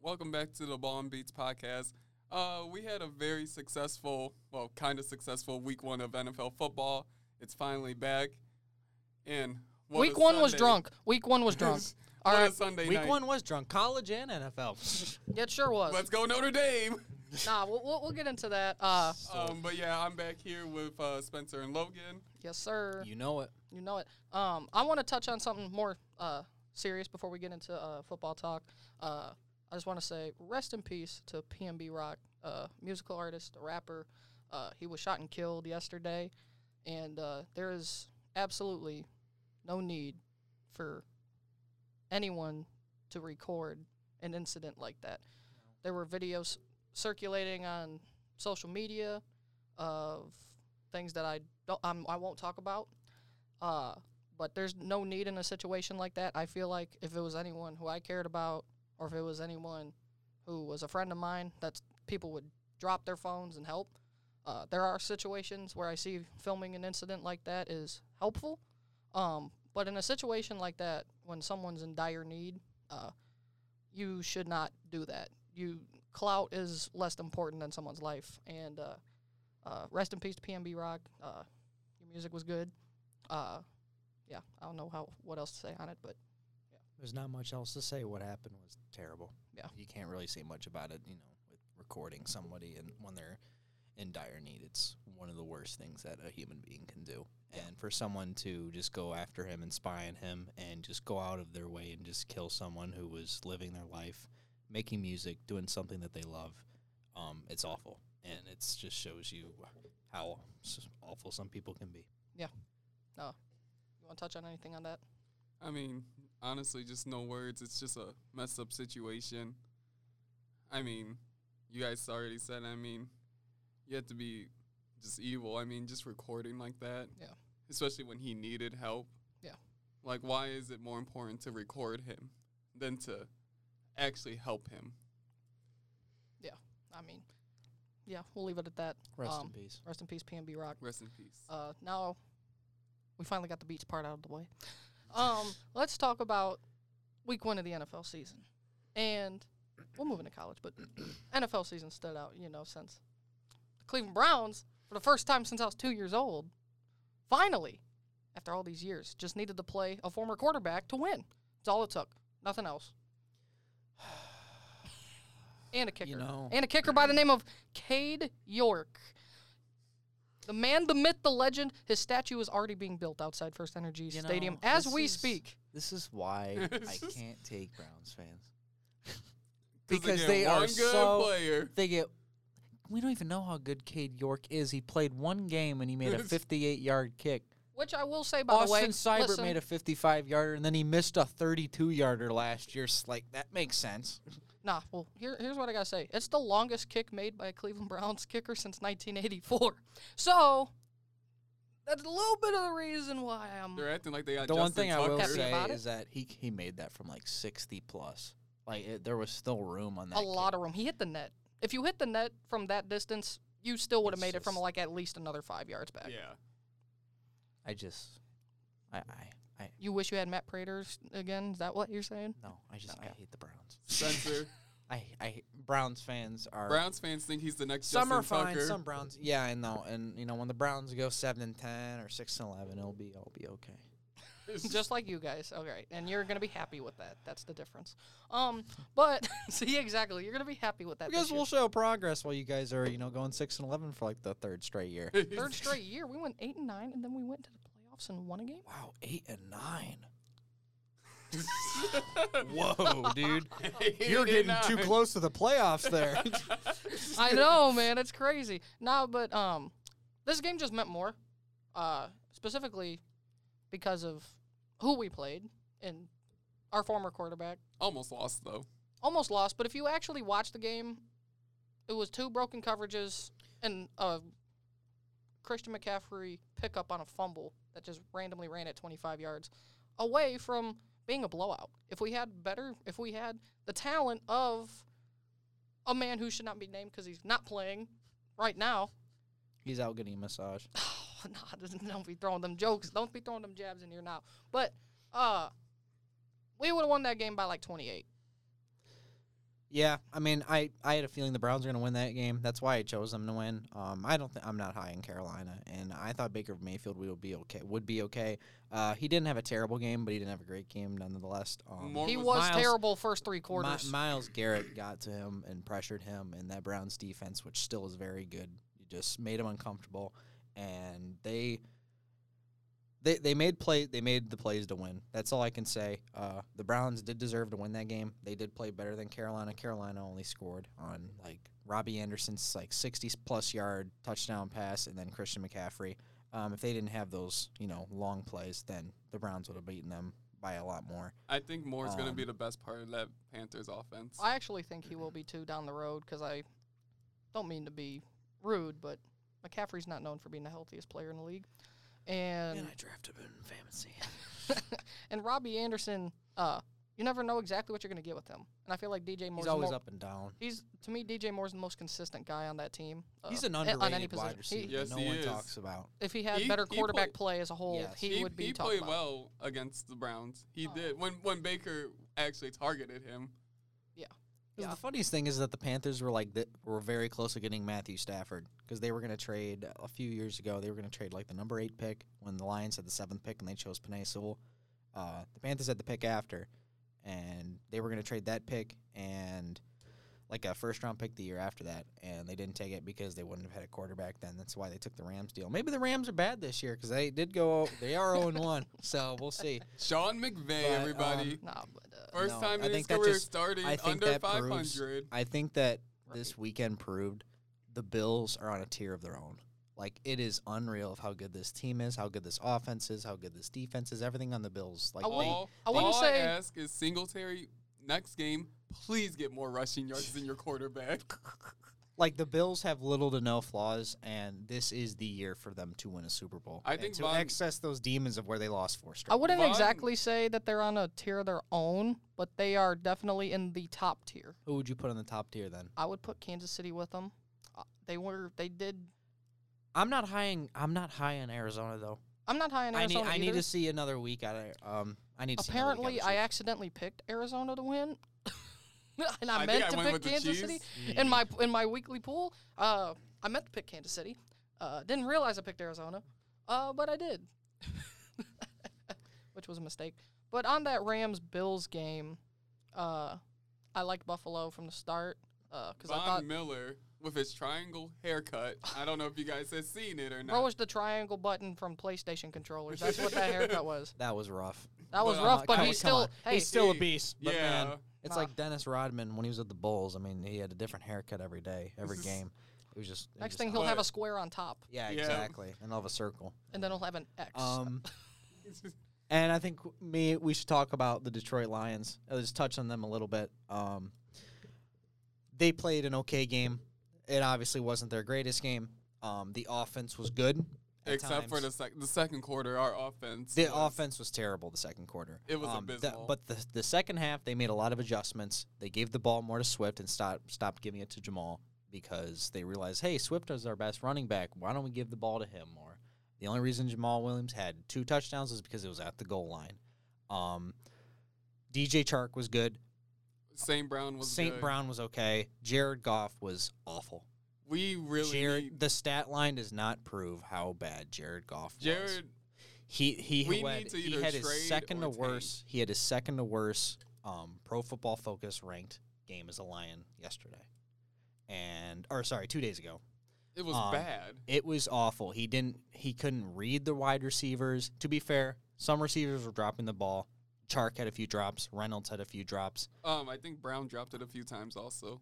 Welcome back to the Ball and Beats podcast. Uh, we had a very successful, well, kind of successful week one of NFL football. It's finally back. And what Week a one was Sunday- drunk. Week one was drunk. All what a right. Sunday Week night. one was drunk, college and NFL. Yeah, It sure was. Let's go Notre Dame. Nah, we'll, we'll, we'll get into that. Uh, Um, but yeah, I'm back here with uh, Spencer and Logan. yes, sir. you know it. You know it. Um, I want to touch on something more uh, serious before we get into uh, football talk. Uh, I just want to say rest in peace to PMB Rock, uh, musical artist, a rapper. Uh, he was shot and killed yesterday, and uh, there is absolutely no need for anyone to record an incident like that. There were videos circulating on social media of things that I don't, I'm, I won't talk about. Uh, but there's no need in a situation like that. I feel like if it was anyone who I cared about, or if it was anyone who was a friend of mine, that's people would drop their phones and help. Uh, there are situations where I see filming an incident like that is helpful, um, but in a situation like that, when someone's in dire need, uh, you should not do that. You clout is less important than someone's life. And uh, uh, rest in peace to PMB Rock. Uh, your music was good uh, yeah, I don't know how what else to say on it, but There's not much else to say. What happened was terrible. Yeah. You can't really say much about it, you know, with recording somebody and when they're in dire need. It's one of the worst things that a human being can do. And for someone to just go after him and spy on him and just go out of their way and just kill someone who was living their life, making music, doing something that they love, um, it's awful. And it just shows you how s- awful some people can be. you want to touch on anything on that? I mean, honestly, just no words. It's just a messed up situation. I mean, you guys already said, I mean, you have to be just evil. I mean, just recording like that. Yeah. Especially when he needed help. Yeah. Like, why is it more important to record him than to actually help him? I mean, yeah, we'll leave it at that. Rest Um, in peace. Rest in peace, PMB Rock. Rest in peace. Uh, now we finally got the beats part out of the way. Um, let's talk about week one of the NFL season, and we'll move into college. But NFL season stood out, you know, since the Cleveland Browns, for the first time since I was two years old, finally, after all these years, just needed to play a former quarterback to win. That's all it took. Nothing else. And a kicker. know. And a kicker by the name of Cade York. The man, the myth, the legend. His statue is already being built outside First Energy You Stadium know, as this we is- speak. This is why I It's just- can't take Browns fans 'Cause because get they one are good so. player. They get. We don't even know how good Cade York is. He played one game and he made a 58 yard kick. Which I will say, by the way, Austin Seibert listen, made a 55 yarder and then he missed a 32 yarder last year. S- Like that makes sense. nah. Well, here, here's what I gotta say. It's the longest kick made by a Cleveland Browns kicker since 1984. So that's a little bit of the reason why I'm. They're acting like they got The one Justin thing I will Tucker. say about it? is that he he made that from like 60 plus. Like it, there was still room on that. a lot of room. He hit the net. If you hit the net from that distance, you still would have made it from like at least another five yards back. Yeah. I just. I, I I You wish you had Matt Prater's again? Is that what you're saying? no. I just I hate the Browns. Spencer. I I Browns fans are. Browns fans think he's the next Some are Justin fine. Tucker. Some Browns. Yeah, I know. And you know when the Browns go seven and ten or six and eleven, it'll be it'll be okay. Just like you guys. All right. And you're going to be happy with that. That's the difference. Um, But, see, exactly. You're going to be happy with that. Because this year. we'll show progress while you guys are you know going six and eleven for like the third straight year. Third straight year, we went 8 and 9, and then we went to the playoffs and won a game. wow, eight and nine. Whoa, dude! You're Eight and getting too nine. close to the playoffs there. I know, man. It's crazy. No, but um, this game just meant more, uh, specifically because of who we played and our former quarterback. Almost lost though. Almost lost, but if you actually watch the game, it was two broken coverages and a Christian McCaffrey pickup on a fumble that just randomly ran at 25 yards away from being a blowout. If we had better, if we had the talent of a man who should not be named because he's not playing right now, He's out getting a massage. oh, nah, just don't be throwing them jokes. Don't be throwing them jabs in here now. But uh, we would have won that game by like 28. Yeah, I mean, I, I had a feeling the Browns were going to win that game. That's why I chose them to win. Um, I don't think I'm not high in Carolina, and I thought Baker Mayfield would be okay. Would be okay. Uh, he didn't have a terrible game, but he didn't have a great game nonetheless. Um, More He was was Miles- terrible first three Mi- quarters. Miles Garrett got to him and pressured him, and that Browns defense, which still is very good, just made him uncomfortable. And they they they made play they made the plays to win. That's all I can say. Uh, the Browns did deserve to win that game. They did play better than Carolina. Carolina only scored on like Robbie Anderson's like sixty plus yard touchdown pass, and then Christian McCaffrey. Um, if they didn't have those, you know, long plays, then the Browns would have beaten them by a lot more. I think Moore's going to be Um, the best part of that Panthers offense. I actually think he will be too down the road because I don't mean to be rude, but McCaffrey's not known for being the healthiest player in the league. And drafted him in fantasy. and Robbie Anderson, uh, you never know exactly what you're going to get with him. And I feel like DJ Moore's He's the always mo- up and down. He's to me DJ Moore's the most consistent guy on that team. uh, He's an a- underrated on any position. wide receiver He, Yeah. Yes, that no he one is. talks about. if he had He- better he quarterback played- play as a whole, Yes. he, would be he talked played about. well against the Browns. He Oh. did when when Baker actually targeted him. 'Cause Yeah. The funniest thing is that the Panthers were like th- were very close to getting Matthew Stafford because they were going to trade a few years ago. They were going to trade like the number eight pick when the Lions had the seventh pick and they chose Panay Sewell. Uh, the Panthers had the pick after, and they were going to trade that pick and like a first round pick the year after that, and they didn't take it because they wouldn't have had a quarterback then. That's why they took the Rams deal. Maybe the Rams are bad this year because they did go they are zero and one, so we'll see. Sean McVay, um, everybody, Nah, but uh, first no, time I in his think that career just- starting I think under that five proves- hundred. I think that Right. this weekend proved the Bills are on a tier of their own. Like it is unreal of how good this team is, how good this offense is, how good this defense is, everything on the Bills. Like I they, wouldn't- All, I wouldn't all say- I ask is Singletary next game. Please get more rushing yards than your quarterback. like the Bills have little to no flaws, and this is the year for them to win a Super Bowl. I and think to Von- access those demons of where they lost four straight. I wouldn't Von- exactly say that they're on a tier of their own, but they are definitely in the top tier. Who would you put on the top tier then? I would put Kansas City with them. Uh, they were they did. I'm not high. In, I'm not high on Arizona though. I'm not high on Arizona I need. I need either. to see another week. out of um. I need. To see another week out of Apparently, the I Chiefs. accidentally picked Arizona to win, and I, I think meant I to went pick with the Chiefs. Kansas City in my in my weekly pool. Uh, I meant to pick Kansas City. Uh, didn't realize I picked Arizona, uh, but I did, which was a mistake. But on that Rams Bills game, uh, I liked Buffalo from the start because I Von thought Miller with his triangle haircut. I don't know if you guys have seen it or not. Bro was the triangle button from PlayStation controllers. That's what that haircut was. That was rough. That was Well, rough, uh, but come he's on, come still on. hey. he's still a He- beast. But yeah. man, it's Nah. like Dennis Rodman when he was at the Bulls. I mean, he had a different haircut every day, every game. It was just it next just- thing he'll have a But- square on top, Yeah, Yeah. exactly, and I'll have a circle. and then he'll have an X. Um, and I think me we should talk about the Detroit Lions. I'll just touch on them a little bit. Um, they played an okay game. It obviously wasn't their greatest game. Um, the offense was good, at Except for times. the sec- the second quarter, our offense. The was- offense was terrible the second quarter. It was th- abysmal. but the the second half, they made a lot of adjustments. They gave the ball more to Swift and stopped stopped giving it to Jamal because they realized, hey, Swift is our best running back. Why don't we give the ball to him more? The only reason Jamal Williams had two touchdowns is because it was at the goal line. Um, DJ Chark was good. St. Brown was St. good. Brown was okay. Jared Goff was awful. We really Jared, need the stat line does not prove how bad Jared Goff was. Jared. He he We had, need to he either had his trade second or to tank. worst. He had his second to worst um, Pro Football Focus ranked game as a Lion yesterday, and or sorry, two days ago. It was um, bad. It was awful. He didn't. He couldn't read the wide receivers. To be fair, some receivers were dropping the ball. Chark had a few drops. Reynolds had a few drops. Um, I think Brown dropped it a few times. Also,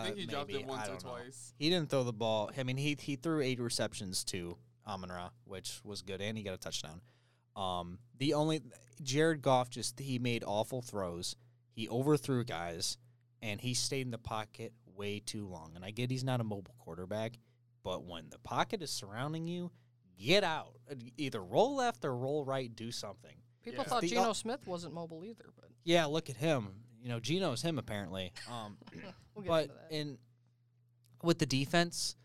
I think he dropped maybe, it I once or don't know. twice. He didn't throw the ball. I mean, he he threw eight receptions to Amon Ra, which was good, and he got a touchdown. Um, the only Jared Goff just he made awful throws. He overthrew guys, and he stayed in the pocket way too long. And I get he's not a mobile quarterback, but when the pocket is surrounding you, get out. Either roll left or roll right. Do something. People Yeah. thought The- Geno Smith wasn't mobile either, but Yeah, look at him. You know, Gino's him apparently. Um, we'll get but into that. in with the defense,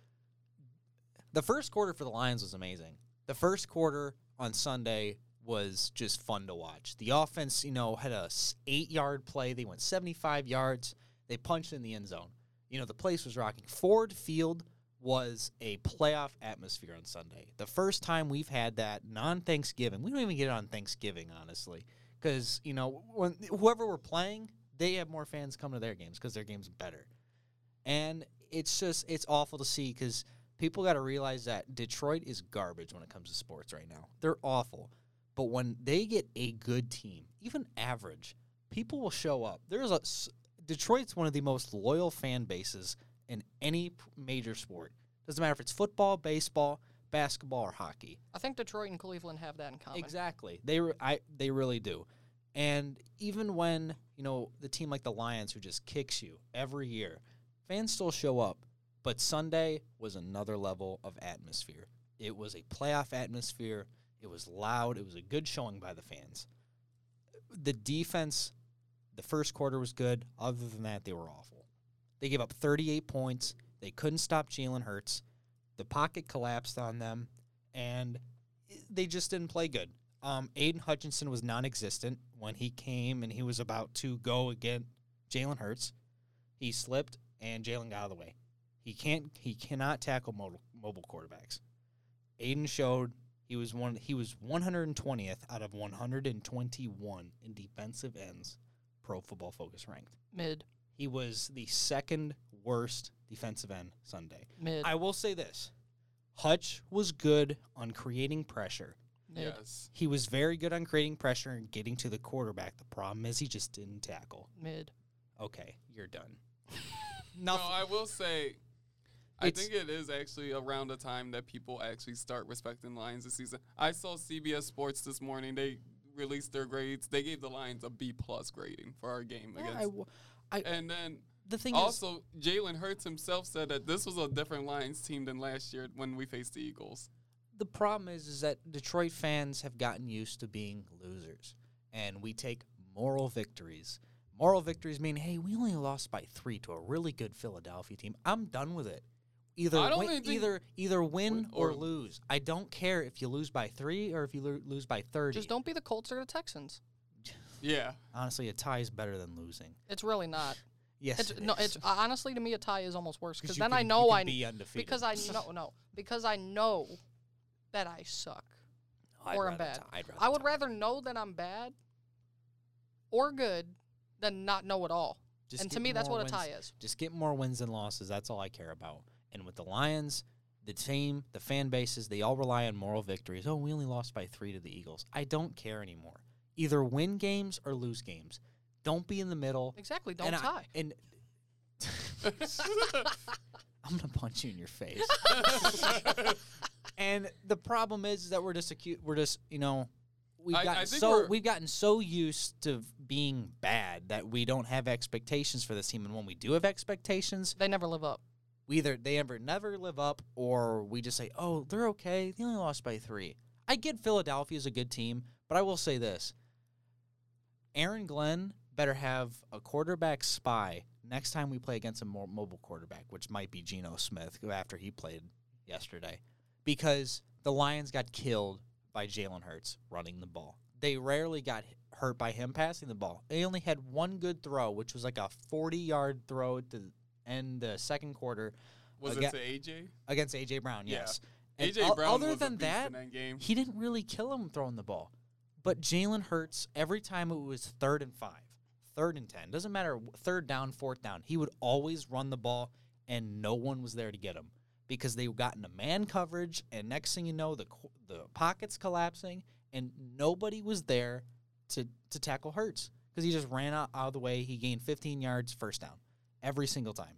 the first quarter for the Lions was amazing. The first quarter on Sunday was just fun to watch. The offense, you know, had a s- eight yard play. They went seventy five yards. They punched in the end zone. You know, the place was rocking. Ford Field was a playoff atmosphere on Sunday. The first time we've had that non Thanksgiving. We don't even get it on Thanksgiving, honestly, because you know when whoever we're playing, they have more fans come to their games because their game's better. And it's just it's awful to see because people got to realize that Detroit is garbage when it comes to sports right now. They're awful. But when they get a good team, even average, people will show up. There's a s- Detroit's one of the most loyal fan bases in any p- major sport. Doesn't matter if it's football, baseball, basketball, or hockey. I think Detroit and Cleveland have that in common. Exactly. They re- I they really do. And even when, you know, the team like the Lions who just kicks you every year, fans still show up. But Sunday was another level of atmosphere. It was a playoff atmosphere. It was loud. It was a good showing by the fans. The defense, the first quarter was good. Other than that, they were awful. They gave up 38 points. They couldn't stop Jalen Hurts. The pocket collapsed on them, and they just didn't play good. Um, Aiden Hutchinson was non-existent when he came, and he was about to go against Jalen Hurts. He slipped, and Jalen got out of the way. He can't. He cannot tackle mobile, mobile quarterbacks. Aiden showed he was one. He was 120th out of 121 in defensive ends, Pro Football Focus ranked. Mid, He was the second worst defensive end Sunday. mid, I will say this: Hutch was good on creating pressure. mid. Yes. He was very good on creating pressure and getting to the quarterback. The problem is he just didn't tackle. mid. Okay, you're done. No, Nothing. I will say, I It's- think it is actually around the time that people actually start respecting Lions this season. I saw CBS Sports this morning. They released their grades. They gave the Lions a B plus grading for our game Yeah, I against. w- I- and then the thing is, also, Jalen Hurts himself said that this was a different Lions team than last year when we faced the Eagles. the problem is, is that Detroit fans have gotten used to being losers, and we take moral victories. Moral victories mean, hey, we only lost by three to a really good Philadelphia team. I'm done with it. Either I don't win, even think- either either win Win or, or- lose. I don't care if you lose by three or if you lo- lose by thirty. Just don't be the Colts or the Texans. Yeah. Honestly, a tie is better than losing. It's really not. Yes, It's, it no, is. it's honestly to me a tie is almost worse because you then I can- you know can I be undefeated. because I know no because I know that I suck I'd or I'm rather bad. tie- I'd rather I would tie. rather know that I'm bad or good than not know at all. Just and to get me, that's more what a wins- tie is. Just get more wins than losses. That's all I care about. And with the Lions, the team, the fan bases, they all rely on moral victories. Oh, we only lost by three to the Eagles. I don't care anymore. Either win games or lose games. Don't be in the middle. Exactly. Don't and I- tie. and I'm gonna punch you in your face. and the problem is that we're just acu- we're just you know we've I- I gotten think so we're- we've gotten so used to being bad that we don't have expectations for this team, and when we do have expectations, they never live up. we either they ever never live up or we just say, oh, they're okay. They only lost by three. I get Philadelphia's a good team, but I will say this: Aaron Glenn better have a quarterback spy next time we play against a more mobile quarterback, which might be Geno Smith after he played yesterday, because the Lions got killed by Jalen Hurts running the ball. They rarely got hit- hurt by him passing the ball. They only had one good throw, which was like a 40 yard throw to end the second quarter Was Aga- it to AJ? against AJ Brown. Yeah. Yes, And AJ o- Brown Other was a than beast that, in that game. he didn't really kill him throwing the ball. But Jalen Hurts, every time it was third and five, third and ten, doesn't matter, wh- third down, fourth down, he would always run the ball, and no one was there to get him because they got into man coverage, and next thing you know, the co- the pocket's collapsing, and nobody was there to to tackle Hurts because he just ran out, out of the way. He gained 15 yards, first down, every single time.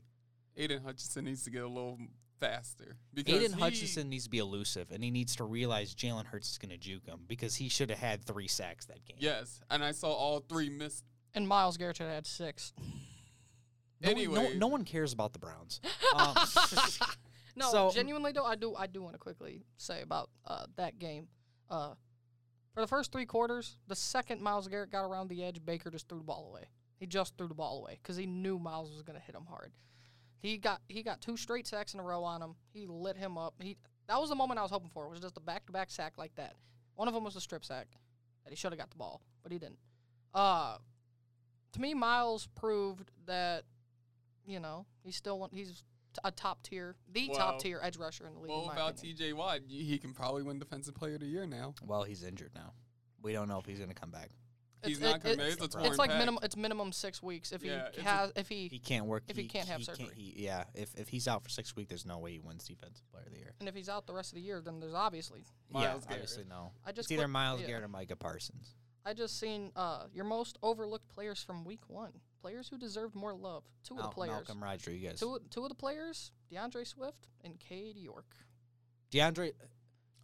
Aiden Hutchinson needs to get a little faster. Because Aiden he- Hutchinson needs to be elusive, and he needs to realize Jalen Hurts is going to juke him because he should have had three sacks that game. Yes. And I saw all three missed. And Miles Garrett had six. No, one, Anyway. no, no one cares about the Browns. Um, No, So- genuinely though, I do I do want to quickly say about uh, that game. Uh, for the first three quarters, the second Miles Garrett got around the edge, Baker just threw the ball away. He just threw the ball away because he knew Miles was going to hit him hard. He got he got two straight sacks in a row on him. He lit him up. He that was the moment I was hoping for. Was just a back to back sack like that. One of them was a strip sack that he should have got the ball, but he didn't. Uh, to me, Miles proved that you know, he's still one, he's t- a top tier, the top Well, tier edge rusher in the league. in Well, my about opinion. T.J. Watt, Y- he can probably win Defensive Player of the Year now. Well, he's injured now. We don't know if he's going to come back. He's It's- not going to it- make it. It's, a torn It's like pec. minimum. It's minimum six weeks if Yeah, it's he a- has. if he, He can't work. If he can't have surgery. he- yeah, if, if he's out for six weeks, there's no way he wins Defensive Player of the Year. and if he's out the rest of the year, then there's obviously. Myles yeah, Garrett. obviously no. I just it's either click- Miles yeah. Garrett or Micah Parsons. I just seen uh, your most overlooked players from week one. Players who deserved more love. Two of the Mal- players. Malcolm Rodriguez. Two, two of the players, DeAndre Swift and Cade York. DeAndre.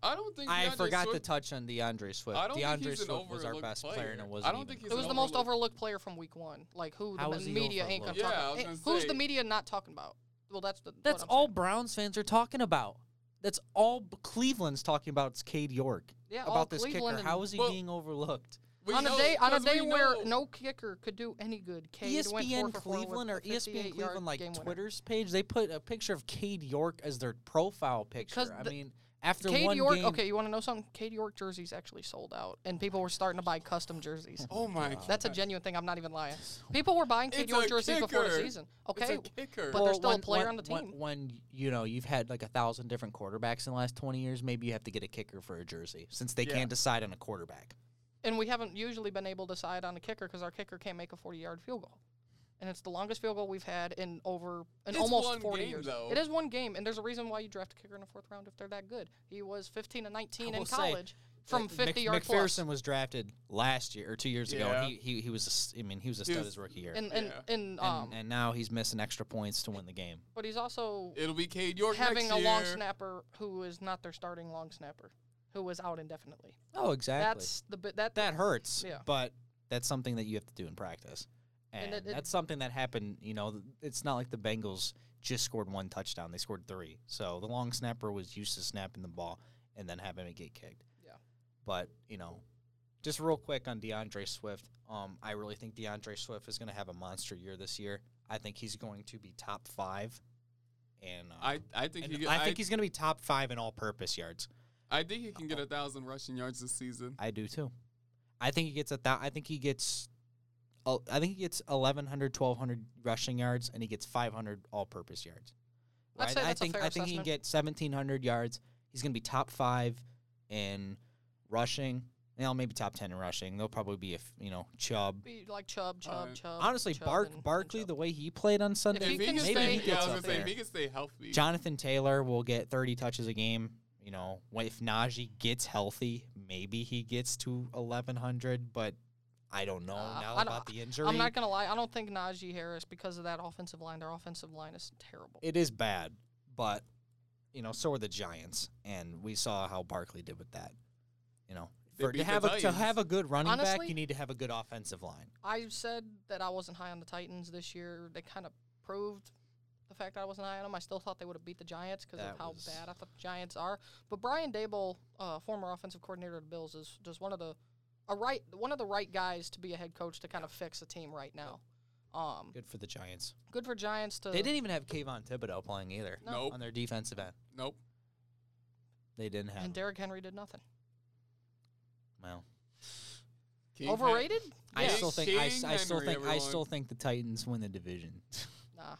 I don't think I DeAndre forgot Swift, to touch on DeAndre Swift. I don't think DeAndre he's an Swift was our overlooked best player, player. and it I wasn't don't even think It He's was an the most overlooked- overlooked player from week one. Like who How the is me- he media ain't gonna overlooked? talk Yeah, I about. was Eh, gonna Who's say. the media not talking about? Well, that's the. what That's I'm all saying. Browns fans are talking about. That's all B- Cleveland's talking about is Cade York. Yeah, all about this Cleveland kicker. and- How is he Well- being overlooked? We on a know- day on a 'cause we day where know- no kicker could do any good. E Cade went four ESPN for four with Cleveland a or ESPN 58 yard Cleveland like game winner. Twitter's Page, they put a picture of Cade York as their profile picture. Because I the- mean, after Cade one York. game, Okay, you want to know something? Cade York jerseys actually sold out, and people were starting to buy custom jerseys. Oh my god. That's a genuine thing. I'm not even lying. People were buying Cade It's York a jerseys before the kicker. season. Okay, It's a kicker. but- there's still a player on the when- team. when you know you've had like a thousand different quarterbacks in the last twenty years, maybe you have to get a kicker for a jersey since they Yeah. can't decide on a quarterback. and we haven't usually been able to decide on a kicker because our kicker can't make a 40 yard field goal. And it's the longest field goal we've had in over in It's almost one 40 game, years. though. It is one game, and there's a reason why you draft a kicker in the fourth round if they're that good. He was 15 and 19 I in will say, college from Like, 50 Mc- yard plus. McPherson was drafted last year or two years ago. Yeah. And he, he he was a s- I mean he was He a stud was- his rookie year, and, And and, Yeah. and um, and now he's missing extra points to win the game. but he's also It'll be Cade York having next a long year. snapper who is not their starting long snapper, who was out indefinitely. Oh, exactly. That's the bit that that hurts. Yeah. But that's something that you have to do in practice. And, And it- it- that's something that happened, you know, th- it's not like the Bengals just scored one touchdown, they scored three. So the long snapper was used to snapping the ball and then having it get kicked. Yeah. But, you know, just real quick on DeAndre Swift. Um, I really think DeAndre Swift is going to have a monster year this year. I think he's going to be top five, and uh, I, I think and he. I think he's going to be top five in all-purpose yards. I think he can get a thousand rushing yards this season. I do too. I think he gets a thou- I think he gets. el- I think he gets 1,100, 1,200 rushing yards, and he gets 500 all-purpose yards. I'd I- say I, that's a think fair I think he can assessment. get 1,700 yards. He's going to be top five in rushing. You know, maybe top ten in rushing. They'll probably be if you know Chubb. be like Chubb, Chubb, Alright. Chubb. Honestly, Chubb, Bark and- and Barkley, Chubb. the way he played on Sunday, he If he can can maybe stay, he yeah, gets I was up gonna say, there. if he can stay healthy. Jonathan Taylor will get 30 touches a game. You know, when- if Najee gets healthy, maybe he gets to 1,100, but I don't know Uh, now I don't- about the injury. I'm not gonna lie. I don't think Najee Harris because of that offensive line. Their offensive line is terrible. it is bad, but, you know, so are the Giants, and we saw how Barkley did with that. You know, They for, beat to, the have a, to Titans. have a good running back, Honestly- you need to have a good offensive line. I said that I wasn't high on the Titans this year. They kind of proved the fact that I wasn't high on them. I still thought they would have beat the Giants because of That how was- bad I thought the Giants are. But Brian Dable, uh, former offensive coordinator of the Bills, is just one of the a right one of the right guys to be a head coach to kind of fix a team right now. Um, Good for the Giants. good for Giants to. They didn't even have Kayvon Thibodeau playing either No. Nope. on their defensive end. Nope. They didn't have. And him. Derrick Henry did nothing. well, King Hen- Overrated? I Yeah. still think I, King I still Henry, think I everyone. still think the Titans win the division. Nah.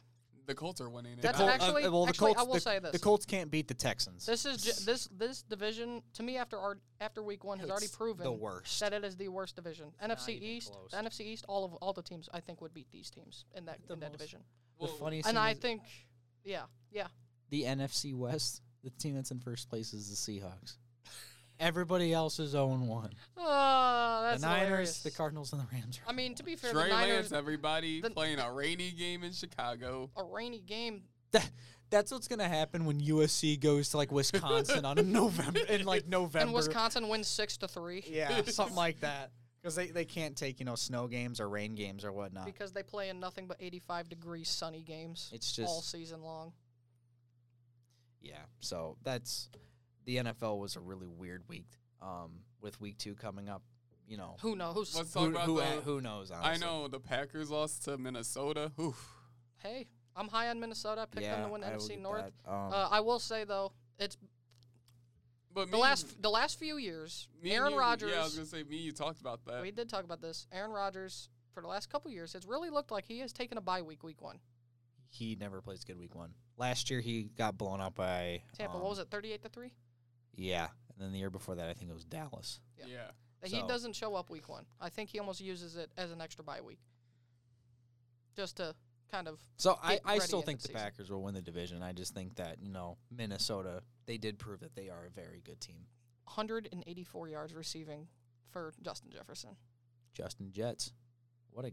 The Colts are winning. it Oh. That's now. an actual- actually- actually, I will uh, the, say this. the Colts can't beat the Texans. This is ju- this this division to me after our, after week one has already It's proven the worst. that it is the worst division. NFC even East, close. the NFC East, all of all the teams I think would beat these teams in that The in that most- division. the Well, funniest And thing I is think, yeah, yeah, the NFC West, the team that's in first place is the Seahawks. Everybody else is 0 1. uh, The that's Niners, hilarious. the Cardinals, and the Rams are. I mean, to be fair, Trey the Niners Lance, everybody the- playing a rainy game in Chicago. a rainy game. That, that's what's going to happen when USC goes to like Wisconsin on a November in like November. And Wisconsin wins six to three Yeah, something like that. Because they, they can't take, you know, snow games or rain games or whatnot. because they play in nothing but 85 degree sunny games It's all just season long. yeah. So that's the NFL was a really weird week. Um, with week two coming up, you know, Who knows? Let's talk who, about who, the. who knows? I Honestly. know the Packers lost to Minnesota. Oof. hey, I'm high on Minnesota. I picked them to win the I will NFC get North. that. Um, Uh, I will say though, it's But the me- last the last few years, me and Aaron you- Rodgers. Yeah, I was gonna say me. and You talked about that. we did talk about this. Aaron Rodgers for the last couple years, it's really looked like he has taken a bye week, week one. he never plays good week one. Last year he got blown out by Tampa, um, what was it, 38 to 3? Yeah, and then the year before that I think it was Dallas. Yeah. Yeah. That He so- doesn't show up week one. I think he almost uses it as an extra bye week. Just to kind of, So I, get I ready still end think of the season. Packers will win the division. I just think that, you know, Minnesota, they did prove that they are a very good team. 184 yards receiving for Justin Jefferson. Justin Jets. What a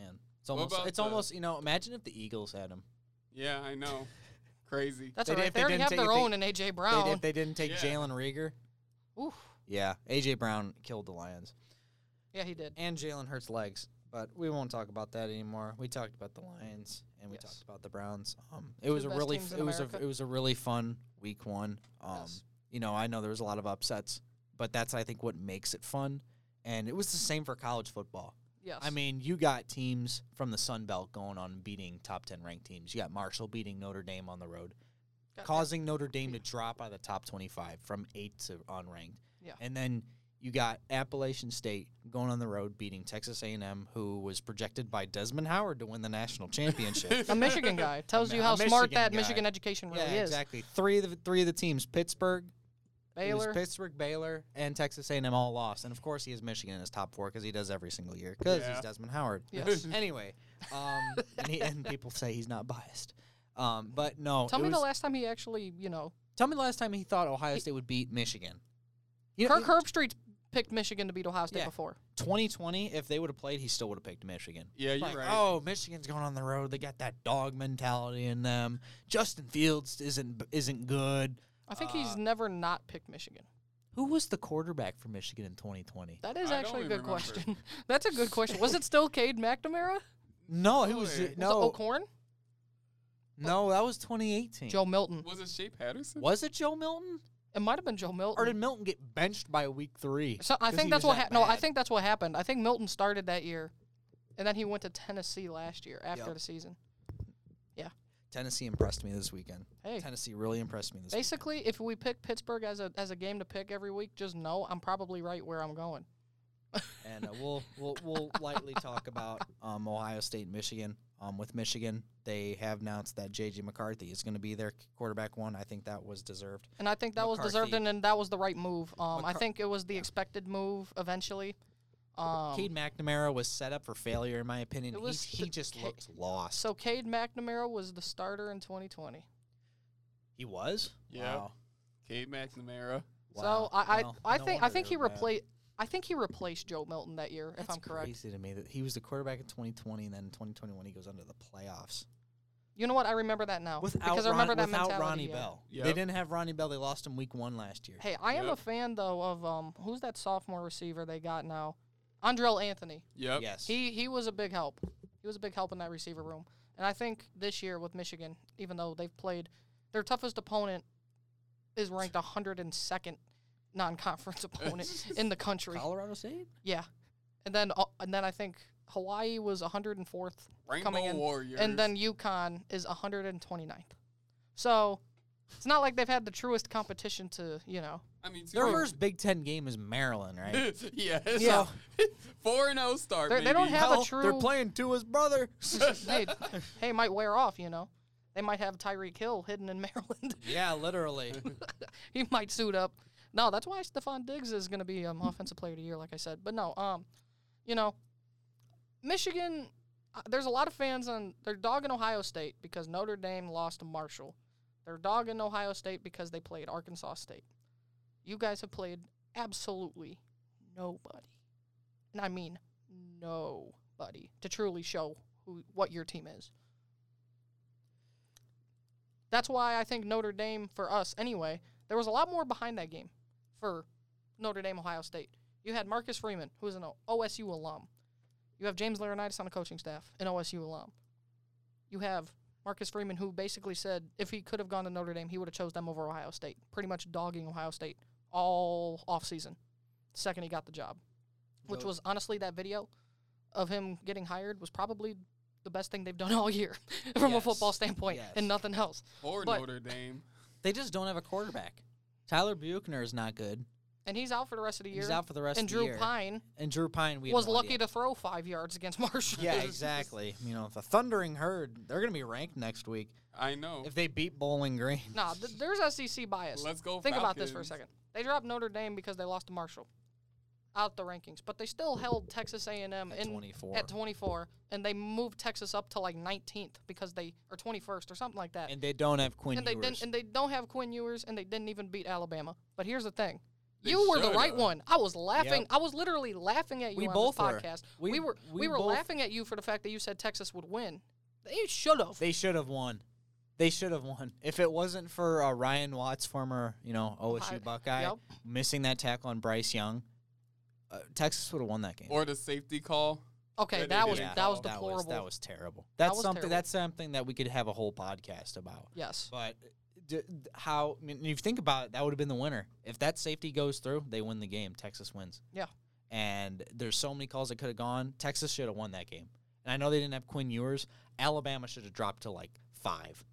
man. It's What almost about it's the- almost, you know, imagine if the Eagles had him. Yeah, I know. Crazy. That's They all right. didn't- They, they already didn't have take- their they- own in A.J. Brown. They did, they didn't take Yeah. Jalen Rieger. Oof. Yeah, AJ Brown killed the Lions Yeah, he did. and Jalen Hurts legs, but we won't talk about that anymore. We talked about the Lions and we Yes. talked about the Browns. Um, it Two was a best really teams f- in it was a America. it was a really fun week one. Um, Yes. you know, I know there was a lot of upsets, but that's I think what makes it fun. And it was the same for college football. Yes. I mean, you got teams from the Sun Belt going on beating top 10 ranked teams. You got Marshall beating Notre Dame on the road, Got- causing Notre Dame to drop out of the top 25 from 8 to unranked. Yeah. And then you got Appalachian State going on the road beating Texas A&M who was projected by Desmond Howard to win the national championship. a Michigan guy tells Mi- you a how smart Michigan that guy. Michigan education really yeah, is. exactly. 3 of the 3 of the teams, Pittsburgh, it was Baylor. Pittsburgh, Baylor, and Texas A&M all lost. And of course he has Michigan in his top 4 cuz he does every single year cuz Yeah. he's Desmond Howard. Yes. anyway, um, and, he, and people say he's not biased. Um, but no, Tell it me the was- last time he actually, you know, tell me the last time he thought Ohio State would beat Michigan. You know, Kirk Herbstreet picked Michigan to beat Ohio State Yeah. before. 2020, if they would have played, he still would have picked Michigan. Yeah, you're Like, right. oh, Michigan's going on the road. They got that dog mentality in them. Justin Fields isn't isn't good. I think Uh, he's never not picked Michigan. Who was the quarterback for Michigan in 2020? That is I actually a don't good remember. question. That's a good question. Was it still Cade McNamara? No, it was Really? no, Was it O'Corn? no, that was 2018. Joe Milton. Was it Shea Patterson? was it Joe Milton, It might have been Joe or did Milton. Milton get benched by week three? So I 'Cause think he that's was what that happened. No, I bad. think that's what happened. I think Milton started that year, and then he went to Tennessee last year after Yep. the season. Tennessee impressed me this weekend. Hey, Tennessee really impressed me this basically, if we pick Pittsburgh as a as a game to pick every week, just know I'm probably right where I'm going. weekend. And uh, we'll, we'll we'll lightly talk about um, Ohio State, and Michigan. Um, with Michigan, they have announced that JJ McCarthy is going to be their quarterback one. I think that was deserved. And I think that was deserved, McCarthy. and, and that was the right move. Um, I McCar- think it was the expected move eventually. Um, Cade McNamara was set up for failure, in my opinion. It He, was he the- just Ca- looked lost. so Cade McNamara was the starter in 2020. he was. Yeah. Wow. Cade McNamara. Wow. So I I, No- I no think I wonder think they he were bad. replaced I think he replaced Joe Milton that year, if That's I'm correct. crazy to me that he was the quarterback in 2020, and then in 2021 he goes under the playoffs. You know what? I remember that now without Oh, because I Ron- remember that without mentality. Ronnie yeah. Bell. Yep. They didn't have Ronnie Bell. They lost him week one last year. Hey, I am a Yep. fan though of um who's that sophomore receiver they got now? Andrell Anthony. Yep. Yes, He he was a big help. He was a big help in that receiver room. And I think this year with Michigan, even though they've played their toughest opponent is ranked 102nd non-conference opponent in the country. Colorado State. Yeah. And then uh, and then I think Hawaii was 104th Rainbow coming in. Warriors. and then Yukon is 129th. So it's not like they've had the truest competition to, you know. I mean, two Their first Big Ten game is Maryland, right? yes. Yeah. Four and zero start. They- they don't maybe. have a Hell, They're true- playing to his brother. hey, hey, might wear off, you know. They might have Tyreek Hill hidden in Maryland. yeah, literally. he might suit up. No, that's why Stephon Diggs is going to be um, offensive player of the year, like I said. But no, um, you know, Michigan. Uh, there's a lot of fans on they're dogging Ohio State because Notre Dame lost to Marshall. They're dogging Ohio State because they played Arkansas State. You guys have played absolutely nobody, and I mean nobody to truly show who what your team is. That's why I think Notre Dame for us anyway, there was a lot more behind that game for Notre Dame Ohio State. You had Marcus Freeman, who is an O- OSU alum. You have James Laurinaitis on the coaching staff, an OSU alum. You have Marcus Freeman who basically said if he could have gone to Notre Dame, he would have chose them over Ohio State, pretty much dogging Ohio State all offseason. Second he got the job, which Though- was honestly that video of him getting hired was probably the best thing they've done all year from a Yes. football standpoint Yes. and nothing else. Or but- Notre Dame. They just don't have a quarterback. Tyler Buchner is not good. and he's out for the rest of the year. He's out for the rest and of Drew the year. Pine and Drew Pine, we have was no lucky idea. to throw five yards against Marshall. Yeah, exactly. You know, if the Thundering Herd, they're going to be ranked next week I know. if they beat Bowling Green. Nah, th- there's SEC bias. Let's go. Think about this for a Falcons. second. They dropped Notre Dame because they lost to Marshall out the rankings, but they still held Texas A&M At in 24. at 24 and they moved Texas up to like 19th because they or 21st or something like that. And they don't have Quinn and they didn't Ewers. and they don't have Quinn Ewers and they didn't even beat Alabama. But here's the thing. They you were the right shoulda. one. I was laughing. Yep. I was literally laughing at you We on both this were. podcast. We, We- were we, we were both- laughing at you for the fact that you said Texas would win. They should have. They should have won. They should have won. If it wasn't for uh, Ryan Watts, former you know Ohio- OSU Buckeye, yep. missing that tackle on Bryce Young, uh, Texas would have won that game. Or the safety call. Okay, Yeah, they that was didn't. Oh, that was that deplorable. was that was terrible. That's was something. terrible. That's something that we could have a whole podcast about. yes. But d- d- how? I mean, if you think about it, that would have been the winner. If that safety goes through, they win the game. Texas wins. Yeah. And there's so many calls that could have gone. Texas should have won that game. And I know they didn't have Quinn Ewers. Alabama should have dropped to like five.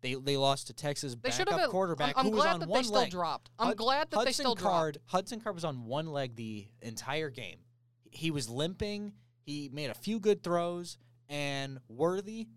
They they lost to Texas They should backup have been. quarterback I'm, I'm who was glad on that one they still leg. dropped. I'm Hud- glad that Hudson they still Card, dropped. Hudson Card was on one leg the entire game. He was limping. He made a few good throws, and Worthy,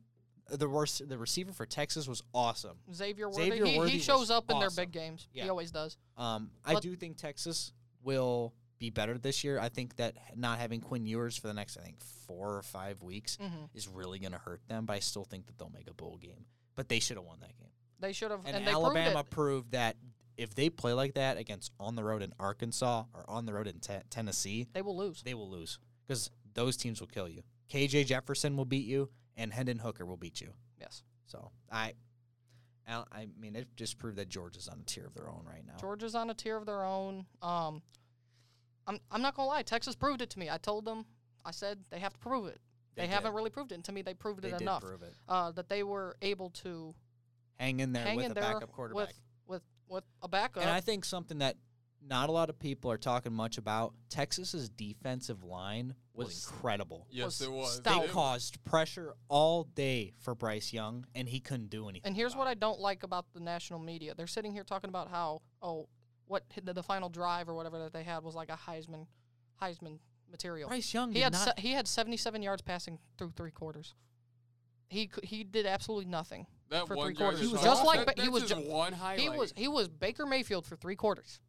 the worst, the receiver for Texas was awesome. Xavier Worthy. Xavier he, he Worthy shows was up in their awesome. big games. He Yeah. always does. Um, I But- do think Texas will be better this year. I think that not having Quinn Ewers for the next, I think, four or five weeks Mhm. is really going to hurt them. But I still think that they'll make a bowl game. But they should have won that game. They should have. And, they Alabama proved proved that if they play like that against on the road in Arkansas or on the road in te- Tennessee, it. They will lose. they will lose because those teams will kill you. KJ Jefferson will beat you, and Hendon Hooker will beat you. Yes. So I, I, I mean, it just proved that Georgia's on a tier of their own right now. Georgia's on a tier of their own. Um, I'm I'm not gonna lie. Texas proved it to me. I told them. I said they have to prove it. They, They haven't did. really proved it. And to me, they proved they it did enough prove it. uh, that they were able to hang in there hang with in a there backup quarterback. with with with a backup. and I think something that not a lot of people are talking much about Texas's defensive line was, Was incredible. Yes, Was it was. stout. They It- caused pressure all day for Bryce Young, and he couldn't do anything. And here's about what it. I don't like about the national media. They're sitting here talking about how oh what hit the, the final drive or whatever that they had was like a Heisman Heisman material. Bryce Young He did had not. se- he had 77 yards passing through three quarters. He cou- he did absolutely nothing. That for one three yard quarters. He was touchdown, just like- that- but he that's was just ju- one highlight. He was he was Baker Mayfield for three quarters.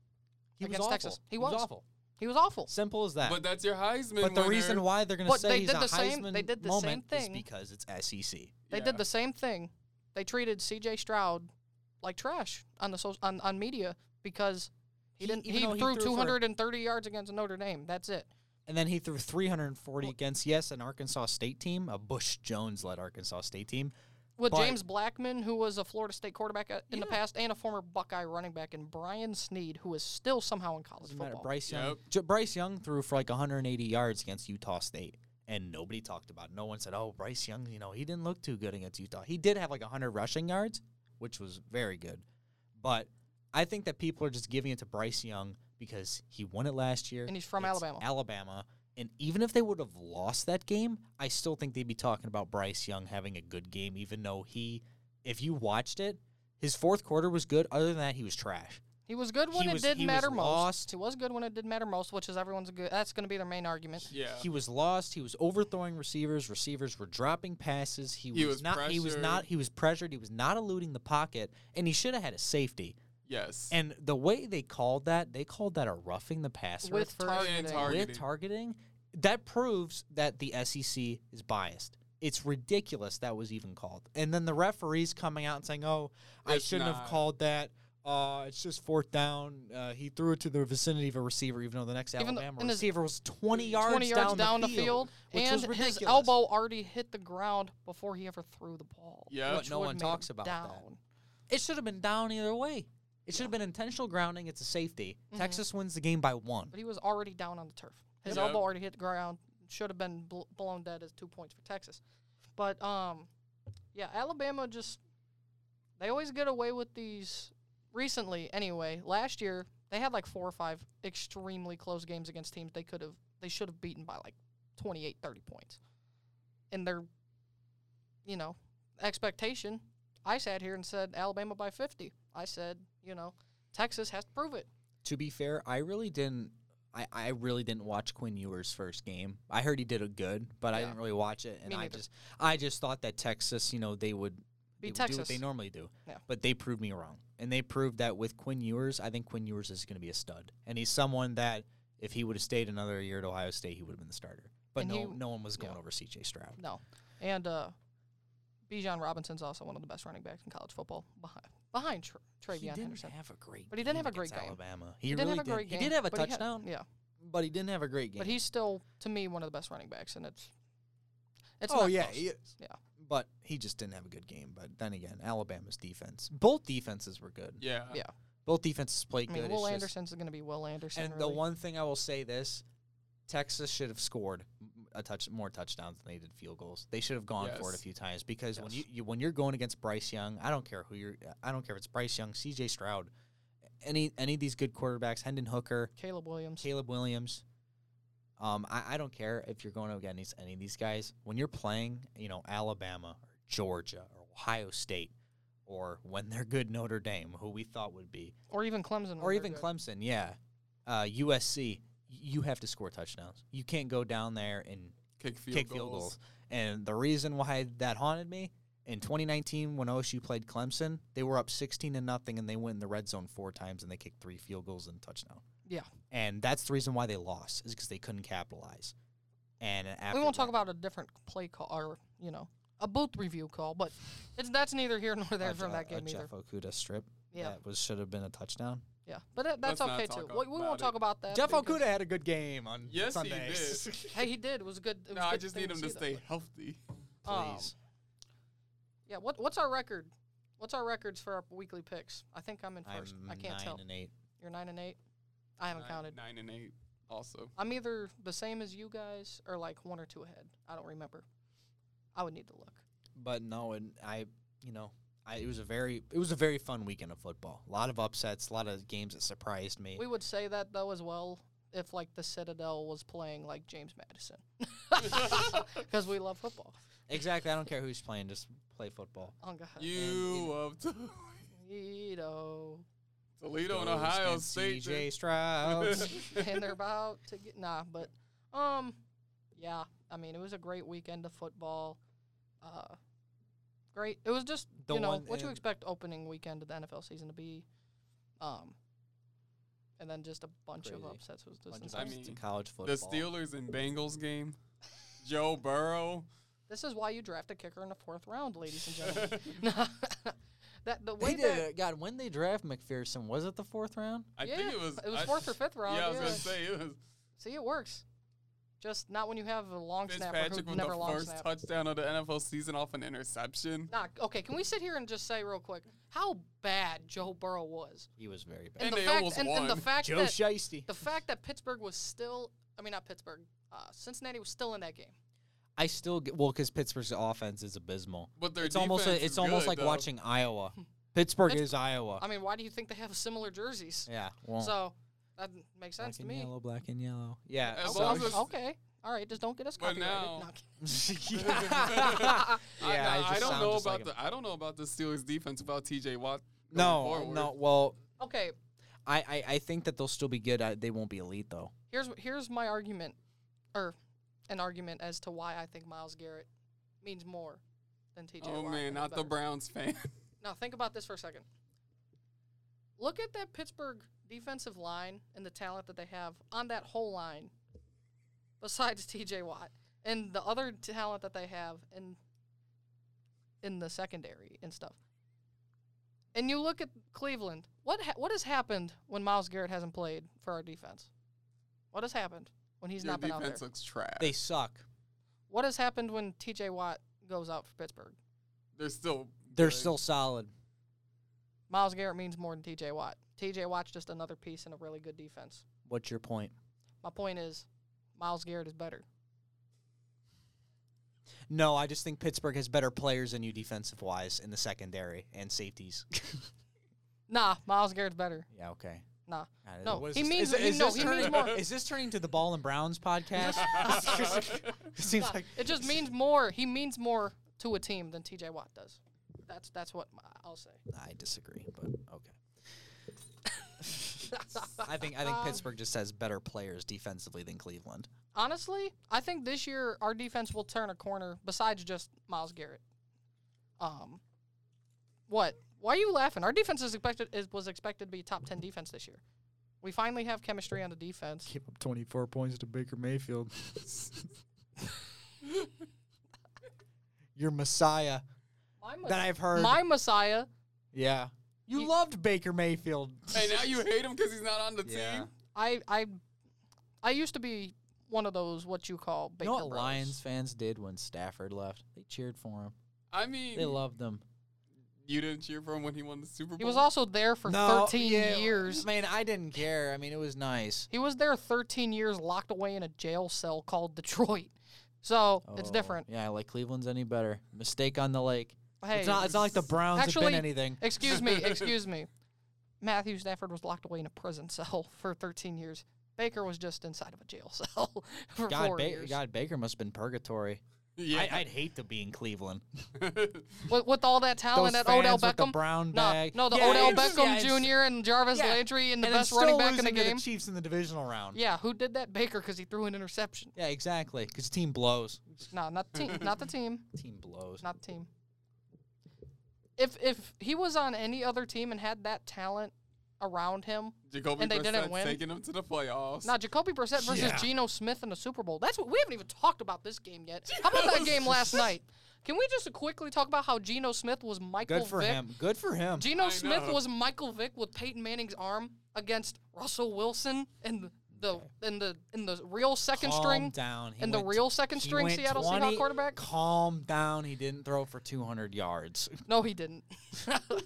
he was against awful. Texas. He He was was. awful. He was awful. Simple as that. But that's your Heisman. But the winner. reason why they're going to But say they he's did a the same- Heisman they did the same moment thing. is because it's E SEC. They Yeah. did the same thing. They treated C.J. Stroud like trash on the so- on on media because he, He- didn't even he though threw, he threw for- 230 yards against Notre Dame. That's it. And then he threw 340 Well- against yes an Arkansas State team, a Bush Jones led Arkansas State team. with But- James Blackman, who was a Florida State quarterback at- in the past, and a former Buckeye running back, and Brian Sneed, who is still somehow in college Doesn't matter. football. Bryce Young. Yep. J- Bryce Young threw for like 180 yards against Utah State, and nobody talked about. it. No one said, "Oh, Bryce Young, you know, he didn't look too good against Utah." He did have like 100 rushing yards, which was very good, but I think that people are just giving it to Bryce Young because he won it last year, And he's from It's Alabama. Alabama. And even if they would have lost that game, I still think they'd be talking about Bryce Young having a good game, even though he, if you watched it, his fourth quarter was good. Other than that, he was trash. He was good when He it was- did he was matter most. lost. He was good when it did matter most, which is everyone's good. That's going to be their main argument. Yeah. He was lost. He was overthrowing receivers. Receivers were dropping passes. He was, He was not. He was not. He was pressured. He was not eluding the pocket, and he should have had a safety. yes. And the way they called that, they called that a roughing the passer With at first. targeting. And targeting. with targeting. That proves that the SEC is biased. It's ridiculous that was even called. And then the referees coming out and saying, "Oh, I It's shouldn't not. have called that." Uh, it's just fourth down. Uh, he threw it to the vicinity of a receiver, even though the next Even though- Alabama and his- receiver was 20 yards, 20 yards down, the field, which and was ridiculous. his elbow already hit the ground before he ever threw the ball. Yeah. which But no would one made talks him about that. down. It should have been down either way. It should have been intentional grounding. It's a safety. Mm-hmm. Texas wins the game by one. But he was already down on the turf. His Yep. elbow already hit the ground. Should have been bl- blown dead as two points for Texas. But um, yeah, Alabama just they always get away with these. Recently, anyway, last year they had like four or five extremely close games against teams they could have they should have beaten by like 28, 30 points. And their, you know, expectation. I sat here and said Alabama by 50. I said, you know, Texas has to prove it. to be fair, I really didn't. I, I really didn't watch Quinn Ewers' first game. I heard he did a good, but I Yeah. didn't really watch it, and Me I neither. just I just thought that Texas, you know, they would Be they would do what Texas. they normally do. Yeah. But they proved me wrong. And they proved that with Quinn Ewers, I think Quinn Ewers is going to be a stud. And he's someone that if he would have stayed another year at Ohio State, he would have been the starter. But And no, he- no one was going yeah. over CJ Stroud. No. And uh, Bijan Robinson's also one of the best running backs in college football behind, behind Tra- he Travion didn't Henderson. have a great But he didn't game have a great against game. Alabama. He, didn't really have a great did. game. He did have a but he had- touchdown, yeah. but he didn't have a great game. But he's still, to me, one of the best running backs. And it's. it's oh not yeah, close. he is. Yeah. But he just didn't have a good game. But then again, Alabama's defense. Both defenses were good. Yeah. Yeah. Both defenses played I mean, good. Will It's just- Anderson's going to be Will Anderson. And the really. one thing I will say this: Texas should have scored m- a touch more touchdowns than they did field goals. They should have gone for it a Yes. few times because when you, Yes. you when you're going against Bryce Young, I don't care who you're. I don't care if it's Bryce Young, C.J. Stroud, any any of these good quarterbacks, Hendon Hooker, Caleb Williams. Caleb Williams. Um, I, I don't care if you're going against any of these guys. When you're playing, you know, Alabama or Georgia or Ohio State, or when they're good, Notre Dame, who we thought would be, Or even Clemson. when or they're even good. Clemson, yeah, uh, USC. You have to score touchdowns. You can't go down there and Kick field kick goals. field goals. And the reason why that haunted me in 2019 when OSU played Clemson, they were up 16 to nothing and they went in the red zone four times and they kicked three field goals and a touchdown. Yeah. And that's the reason why they lost is because they couldn't capitalize. And after we won't talk that- about a different play call or, you know, a booth review call, but it's that's neither here nor there a- from that a game either. uh, Jeff Okuda strip. Yeah. That was should have been a touchdown. Yeah. But that, Let's that's not okay, talk too. We, we about won't talk it. about that. Jeff because- Okuda had a good game on Yes, he Sunday. did. Hey, he did. It was a good. It was No, a I good just thing need him see to that. stay healthy. Um, Please. Yeah. What What's our record? What's our records for our weekly picks? I think I'm in I'm 1st I can't nine tell. and eight. You're nine and eight. I haven't Nine- counted. Nine and eight. Also, I'm either the same as you guys or like one or two ahead. I don't remember. I would need to look. but no, and I, you know, I, it was a very it was a very fun weekend of football. A lot of upsets, a lot of games that surprised me. We would say that though as well if like the Citadel was playing like James Madison because we love football. exactly, I don't care who's playing, just play football. Oh God. you of Toledo, Toledo. Toledo and Goes Ohio against State. CJ Stroud. and they're about to get nah, but um, yeah. I mean, it was a great weekend of football. Uh, great. It was just The you know one- what you and- expect opening weekend of the NFL season to be. Um, and then just a bunch of Crazy. upsets was just Bunch of insane. I upsets mean, in college the football. Steelers and Bengals game. Joe Burrow. This is why you draft a kicker in the fourth round, ladies and gentlemen. that the way They did that it. God, when they draft McPherson, was it the fourth round? I Yeah, think it was. it was I- fourth or fifth round, Yeah, I was yeah. gonna say it was see it works. Just not when you have a long snapper Fitzpatrick who with the never long first snaps. touchdown of the NFL season off an interception. Nah, okay, can we sit here and just say real quick how bad Joe Burrow was? He was very bad. And the they fact, almost and, and the won. fact Joe that Shiesty. the fact that Pittsburgh was still I mean not Pittsburgh, uh, Cincinnati was still in that game. I still get well because Pittsburgh's offense is abysmal. But their it's almost defense a, it's is almost good, like though. watching Iowa. Pittsburgh It's- is Iowa. I mean, why do you think they have similar jerseys? yeah, well, So that makes black sense to and me. yellow, black and yellow. Yeah, As so- Well, long as it's- okay, all right, just don't get us But copyrighted. now- No, I'm kidding. yeah, I, nah, I, just don't sound know just about like him. the I don't know about the Steelers defense about TJ Watt. going No, forward. no. Well, okay, I, I, I think that they'll still be good. I, they won't be elite though. here's here's my argument, or an argument as to why I think Miles Garrett means more than T.J. Oh Watt man, and not the better. Browns fan. Now think about this for a second. Look at that Pittsburgh defensive line and the talent that they have on that whole line, besides T.J. Watt and the other talent that they have in in the secondary and stuff. And you look at Cleveland. What ha- what has happened when Miles Garrett hasn't played for our defense? What has happened when he's Your not been out there? defense looks trash. They suck. What has happened when T.J. Watt goes out for Pittsburgh? They're still They're good. still solid. Miles Garrett means more than T.J. Watt. T.J. Watt's just another piece in a really good defense. What's your point? My point is, Miles Garrett is better. No, I just think Pittsburgh has better players than you defensive wise in the secondary and safeties. Nah, Miles Garrett's better. yeah, okay. Nah. Uh, No, what is he this- means- is- he- is no, this he means turning- more. Is this turning to the Ball and Browns podcast? it seems Nah, like it just means more. He means more to a team than T.J. Watt does. That's that's what my- I'll say. I disagree, but okay. I think I Um, think Pittsburgh just has better players defensively than Cleveland. honestly, I think this year our defense will turn a corner. Besides just Miles Garrett. Um, what? Why are you laughing? Our defense is expected is, was expected to be top ten defense this year. We finally have chemistry on the defense. Give up 24 points to Baker Mayfield. Your messiah My, that I've heard. messiah. yeah. You Ye- loved Baker Mayfield. Hey, now you hate him because he's not on the Yeah. team. I I I used to be one of those what you call You Baker know what Bros. Lions fans did when Stafford left? They cheered for him. I mean, They loved him. you didn't cheer for him when he won the Super Bowl. He was also there for No, 13 yeah, years. Man, I didn't care. I mean, it was nice. He was there 13 years locked away in a jail cell called Detroit. So it's Oh, different. Yeah, I like Cleveland's any better. Mistake on the lake. Hey, it's not. It's not like the Browns have actually- been anything. excuse me, excuse me. Matthew Stafford was locked away in a prison cell for 13 years. Baker was just inside of a jail cell for God, four ba- years. God, Baker must have been purgatory. yeah. I, I'd hate to be in Cleveland. With, with all that talent Those that fans Odell with the Beckham. brown no, bag. no, the Yeah, Odell it's- yeah, Beckham it's- Jr. and Jarvis yeah. Landry and the and then best still running back in losing the to game. Chiefs in the divisional round. yeah, who did that Baker because he threw an interception? Yeah, exactly. Because team blows. No, not the team, not the team, Team blows. not the team. If if he was on any other team and had that talent around him, Jacoby and they didn't Brissett's win? taking him to the playoffs. now Jacoby Brissett versus Yeah. Geno Smith in the Super Bowl. That's what we haven't even talked about this game yet. How about that game last night? Can we just quickly talk about how Geno Smith was Michael Good for Vick? him. Good for him. Geno I Smith know. was Michael Vick with Peyton Manning's arm against Russell Wilson and the and the in the real second Calm string down. He and the went- real second he string went Seattle 20 Seahawks quarterback. Calm down. He didn't throw for 200 yards. No, he didn't.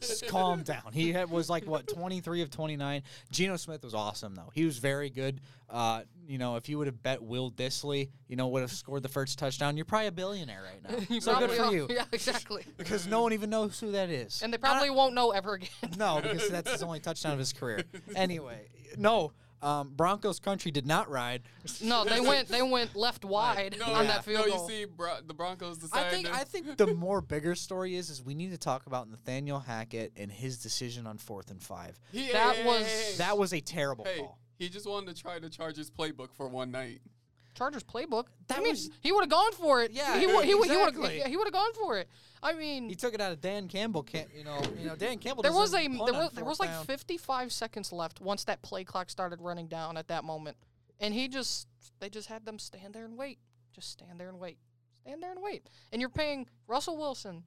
Just calm down. He had, was like what 23 of 29. Geno Smith was awesome though. He was very good. Uh, you know, if you would have bet Will Disley, you know, would have scored the first touchdown, you're probably a billionaire right now. so good Probably for not- you Yeah, exactly. because no one even knows who that is. And they probably won't know ever again. No, because that's his only touchdown of his career. Anyway, no, um, Broncos country did not ride. No, they went they went left wide no, on that no, field you goal. see, Bro- the Broncos decided. I think to- I think the more bigger story is is we need to talk about Nathaniel Hackett and his decision on fourth and five. He- that hey, was- hey, hey, That was a terrible hey, call. he just wanted to try the Chargers playbook for one night. Chargers playbook. I That mean, was- he would have gone for it. Yeah, he would. He would. exactly. He would have gone for it. I mean, He took it out of Dan Campbell. Can't you know? You know Dan Campbell. there was a doesn't punt there on was, there was fourth like down. 55 seconds left once that play clock started running down at that moment and he just they just had them stand there and wait just stand there and wait stand there and wait and you're paying russell wilson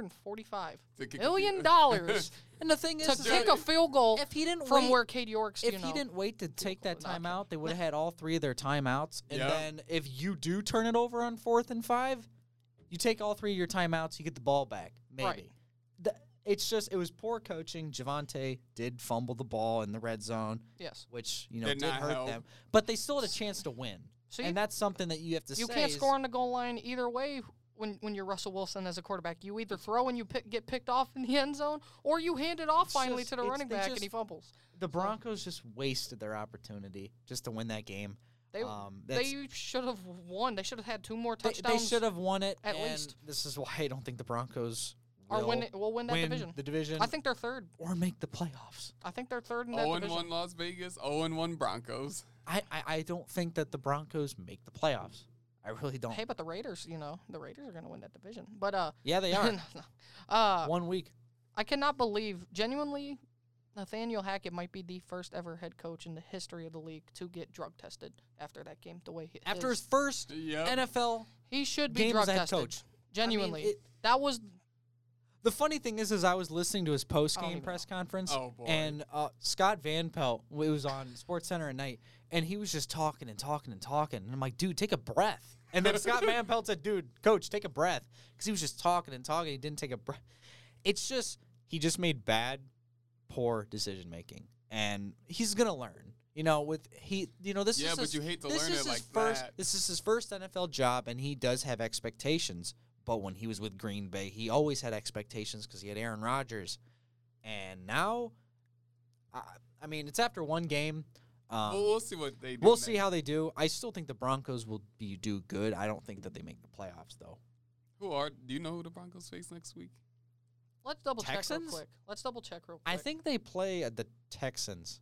245 To kick a million field- dollars And the thing to is, is kick a field goal if he didn't from wait- where katie york's if you he know didn't wait to take that Knock him. timeout, they would have had all three of their timeouts. And Yeah. then if you do turn it over on fourth and five, you take all three of your timeouts, you get the ball back. Maybe. Right. Th- it's just it was poor coaching. Javante did fumble the ball in the red zone, yes which you know Did did, not hurt help. them, but they still had a chance to win. See? and that's something that you have to. you say can't is- score on the goal line either way when, when you're Russell Wilson as a quarterback, you either throw and you pick, get picked off in the end zone, or you hand it off finally just- to the it's- running they back and just- he fumbles. The Broncos just wasted their opportunity just to win that game. They Um, that's- they should have won. They should have had two more They, touchdowns. should have won it. at and least. this is why I don't think the Broncos Or will win it- will win that division. The division. I think they're third. or make the playoffs. I think they're third in that 0 Oh, and division. 1 Las Vegas, 0 and 1 Broncos. I, I, I don't think that the Broncos make the playoffs. I really don't. Hey, but the Raiders, you know, the Raiders are going to win that division. But uh, Yeah, they are. no. uh, One week. I cannot believe genuinely, Nathaniel Hackett might be the first ever head coach in the history of the league to get drug tested after that game. The way he After is. his first Yep. NFL. he should be game drug as a head tested. coach. Genuinely, it- that was The funny thing is, is I was listening to his post I don't game even press conference, Oh, boy. and uh, Scott Van Pelt w- it was on Sports Center at night, and he was just talking and talking and talking, and I'm like, dude, take a breath. And then Scott Van Pelt said, dude, coach, take a breath, because he was just talking and talking, he didn't take a breath. It's just he just made bad, poor decision making, and he's gonna learn. You know, with he, you know, this Yeah, is but his- you hate to this learn is it his like first, that. This is his first NFL job, and he does have expectations. But when he was with Green Bay, he always had expectations because he had Aaron Rodgers, and now, I, I mean, it's after one game. Um, Well, we'll see what they do. we'll see next. how they do. I still think the Broncos will be do good. I don't think that they make the playoffs though. Who are? Do you know who the Broncos face next week? let's double check Texans? real quick. Let's double check real quick. I think they play uh, the Texans.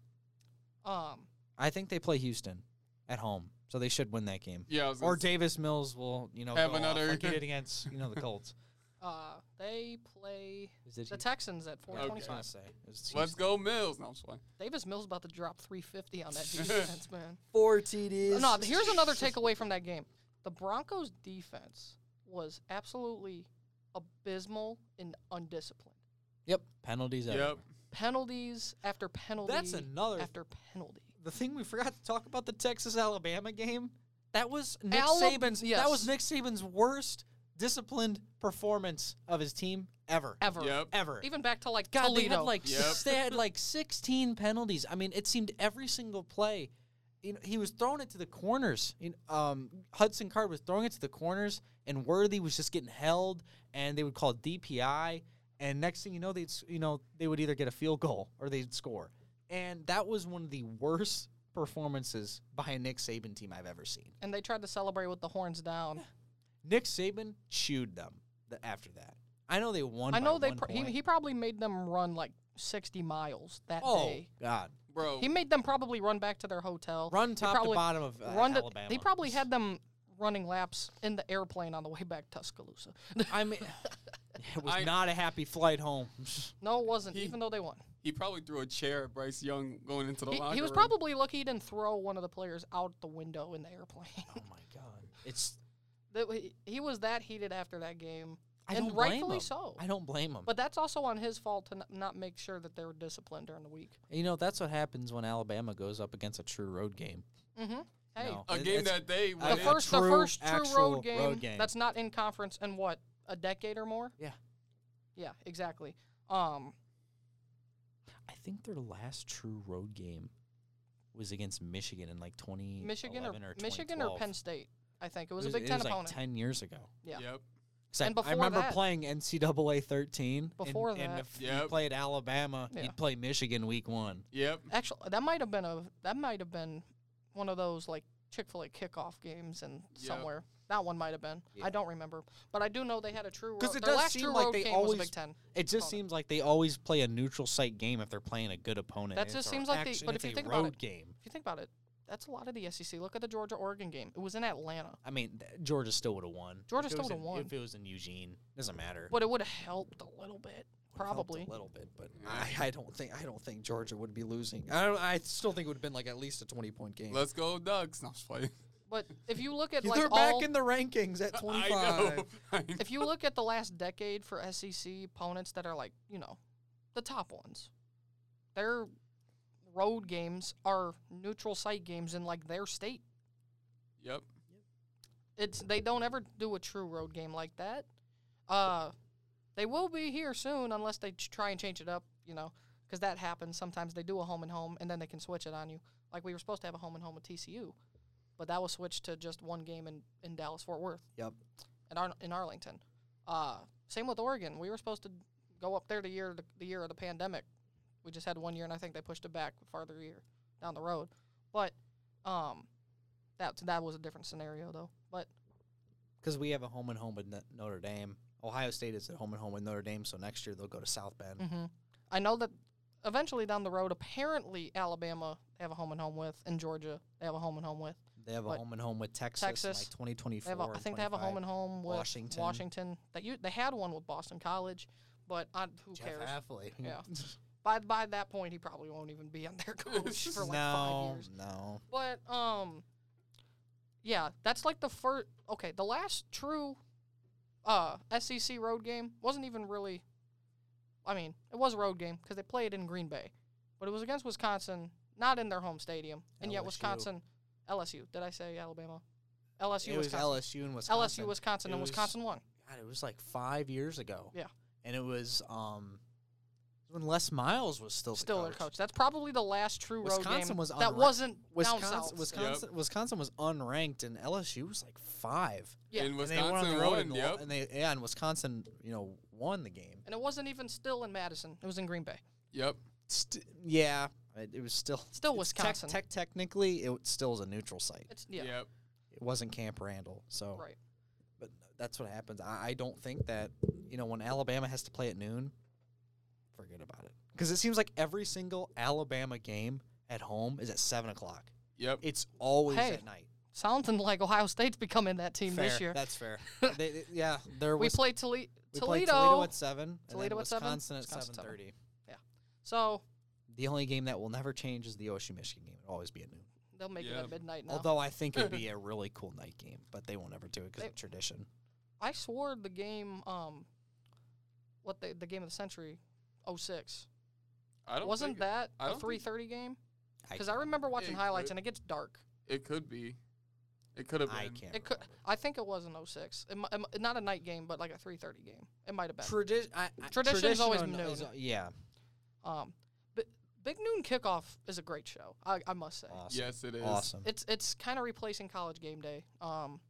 Um, I think they play Houston at home, so they should win that game. Yeah, I was gonna Or say- Davis Mills will, you know, Have go off another- like he did against you know the Colts. uh, they play Is it the Houston? Texans at Yeah, I was 425. gonna say, it was let's Houston. go Mills. No, I'm just playing. Davis Mills about to drop 350 on that defense, man. Four TDs. No, here's another takeaway from that game. The Broncos defense was absolutely abysmal and undisciplined. Yep, penalties. Yep. Yep. Penalties after penalty That's another after penalty. the thing we forgot to talk about the Texas Alabama game. That was Nick Alab- Saban's. That yes. was Nick Saban's worst disciplined performance of his team ever. Ever. Yep. Ever. Even back to like God, Toledo. they had like Yep. s- they had like 16 penalties. I mean, it seemed every single play. You know, he was throwing it to the corners. You know, um, Hudson Card was throwing it to the corners, and Worthy was just getting held, and they would call DPI. And next thing you know, they'd s- you know they would either get a field goal or they'd score. And that was one of the worst performances by a Nick Saban team I've ever seen. and they tried to celebrate with the horns down. Nick Saban chewed them th- after that. I know they won. I by know they one pr- he, point. he probably made them run like 60 miles that oh day. God. Bro, He made them probably run back to their hotel. Run They top probably- to bottom of uh, run to, Alabama. They probably had them running laps in the airplane on the way back to Tuscaloosa. I mean, it was I- not a happy flight home. Oh no, it wasn't, He- even though they won. he probably threw a chair at Bryce Young going into the He, locker he was room. probably lucky he didn't throw one of the players out the window in the airplane. oh my god! It's That he- he was that heated after that game, I and don't blame rightfully him. so. I don't blame him. But But that's also on his fault to n- not make sure that they were disciplined during the week. you know that's what happens when Alabama goes up against a true road game. Mm-hmm. Hey, No. a It- game it's- that they I the went a in- first, the true, first true actual road game, road game. that's not in conference in what a decade or more. Yeah. yeah, exactly. Um, I think their last true road game was against Michigan in like twenty Michigan or, Michigan or Penn State, I think it was, a Big it Ten was opponent. Like Ten years ago. Yeah. Yep. 'Cause I- And I, before remember that- playing NCAA thirteen. and- Before and that- if you Yep. played Alabama, Yeah. you'd play Michigan week one. Yep. Actually, that might have been a that might have been one of those like Chick Fil A kickoff games and Yeah. somewhere. That one might have been. I don't remember, but I do know they had a true. 'Cause road- it their does last seem true like road they game was a always- Big Ten. It just opponent. seems like they always play a neutral site game if they're playing a good opponent. That and just it's a seems like they- action- but it's if you a think about road it- game. If you think about it, that's a lot of the SEC. Look at the Georgia Oregon game. It was in Atlanta, I mean, th- Georgia still would have won. Georgia If it still was would've in- won. if it was in Eugene. Doesn't matter. but it would have helped a little bit, Would've helped probably. a little bit, but I, I don't think I don't think Georgia would be losing. I don't, I still think it would have been like at least a twenty point game. Let's go Ducks. No, I'm just playing. But if you look at like They're all, back in the rankings at twenty I five. know. I know. if you look at the last decade for SEC opponents that are like, you know, the top ones, their road games are neutral site games in like their state. Yep. It's they don't ever do a true road game like that. Uh, they will be here soon unless they ch- try and change it up, you know, because that happens sometimes. They do a home and home and then they can switch it on you. Like we were supposed to have a home and home with TCU, but that was switched to just one game in in Dallas Fort Worth. Yep. in, Ar- in Arlington. Uh, same with Oregon. We were supposed to go up there the year the year of the pandemic. We just had one year, and I think they pushed it back a farther year down the road. But um, that that was a different scenario though. But because we have a home and home with N- Notre Dame, Ohio State is at home and home with Notre Dame, so next year they'll go to South Mm. Bend. Mm-hmm. I know that eventually down the road, apparently Alabama they have a home and home with, and Georgia they have a home and home with. They have a But home and home with Texas, in Texas, like twenty twenty They four. have a, I think they have a home and home with Washington. Washington. That you they had one with Boston College, but I, who Jeff cares? Affley. Yeah. By by that point, he probably won't even be on their coach for like five no, years. no. But um, yeah, that's like the first. Okay, the last true uh SEC road game wasn't even really. I mean, it was a road game because they played in Green Bay, but it was against Wisconsin, not in their home stadium, and yet LSU. Wisconsin, LSU. Did I say Alabama? LSU, it was Wisconsin. LSU and Wisconsin. LSU, Wisconsin, It and was- Wisconsin won. God, it was like five years ago. Yeah. and it was um when Les Miles was still the Still their coach. That's probably the last true road Wisconsin game was that unranked. wasn't Wisconsin, down south. Wisconsin, Wisconsin was unranked, and LSU was like five. Yeah. And and they Wisconsin went on the road won, and, lo- Yep. and they yeah, and Wisconsin, you know, won the game. and it wasn't even still in Madison. It was in Green Bay. Yep. St- yeah, it, it was still Still it's tec- Wisconsin. tec- technically, it still was a neutral site. It's yeah, Yep. It wasn't Camp Randall, so right. but that's what happens. I, I don't think that you know when Alabama has to play at noon, forget about it because it seems like every single Alabama game at home is at seven o'clock. Yep. It's always Hey, at night. Sounding like Ohio State's becoming that team Fair. this year. That's fair. They- they- yeah, there we was played Tole- we played Toledo. Toledo at seven. and then Toledo at seven? Wisconsin at Wisconsin at seven thirty. so The only game that will never change is the OSU Michigan game. It'll always be at noon. they'll make it Yeah. at midnight now. Although I think it'd be a really cool night game, but they won't ever do it because They- of tradition. I swore the game, um, what the the game of the century, 06. I don't Wasn't think that I a don't think- 3:30 game? Because I can't- remember watching It highlights could- and it gets dark. it could be. It could have been. I can't. It could. I think it was an 06. It, mi- it, mi- not a night game, but like a 3:30 game. It might have been. Tradition. I, I, Tradition's tradition always or no- noon. is- uh, Yeah. Um, but Big Noon Kickoff is a great show. I, I must say. Awesome. Yes, it is. Awesome. It's it's kind of replacing College Game Day. Um,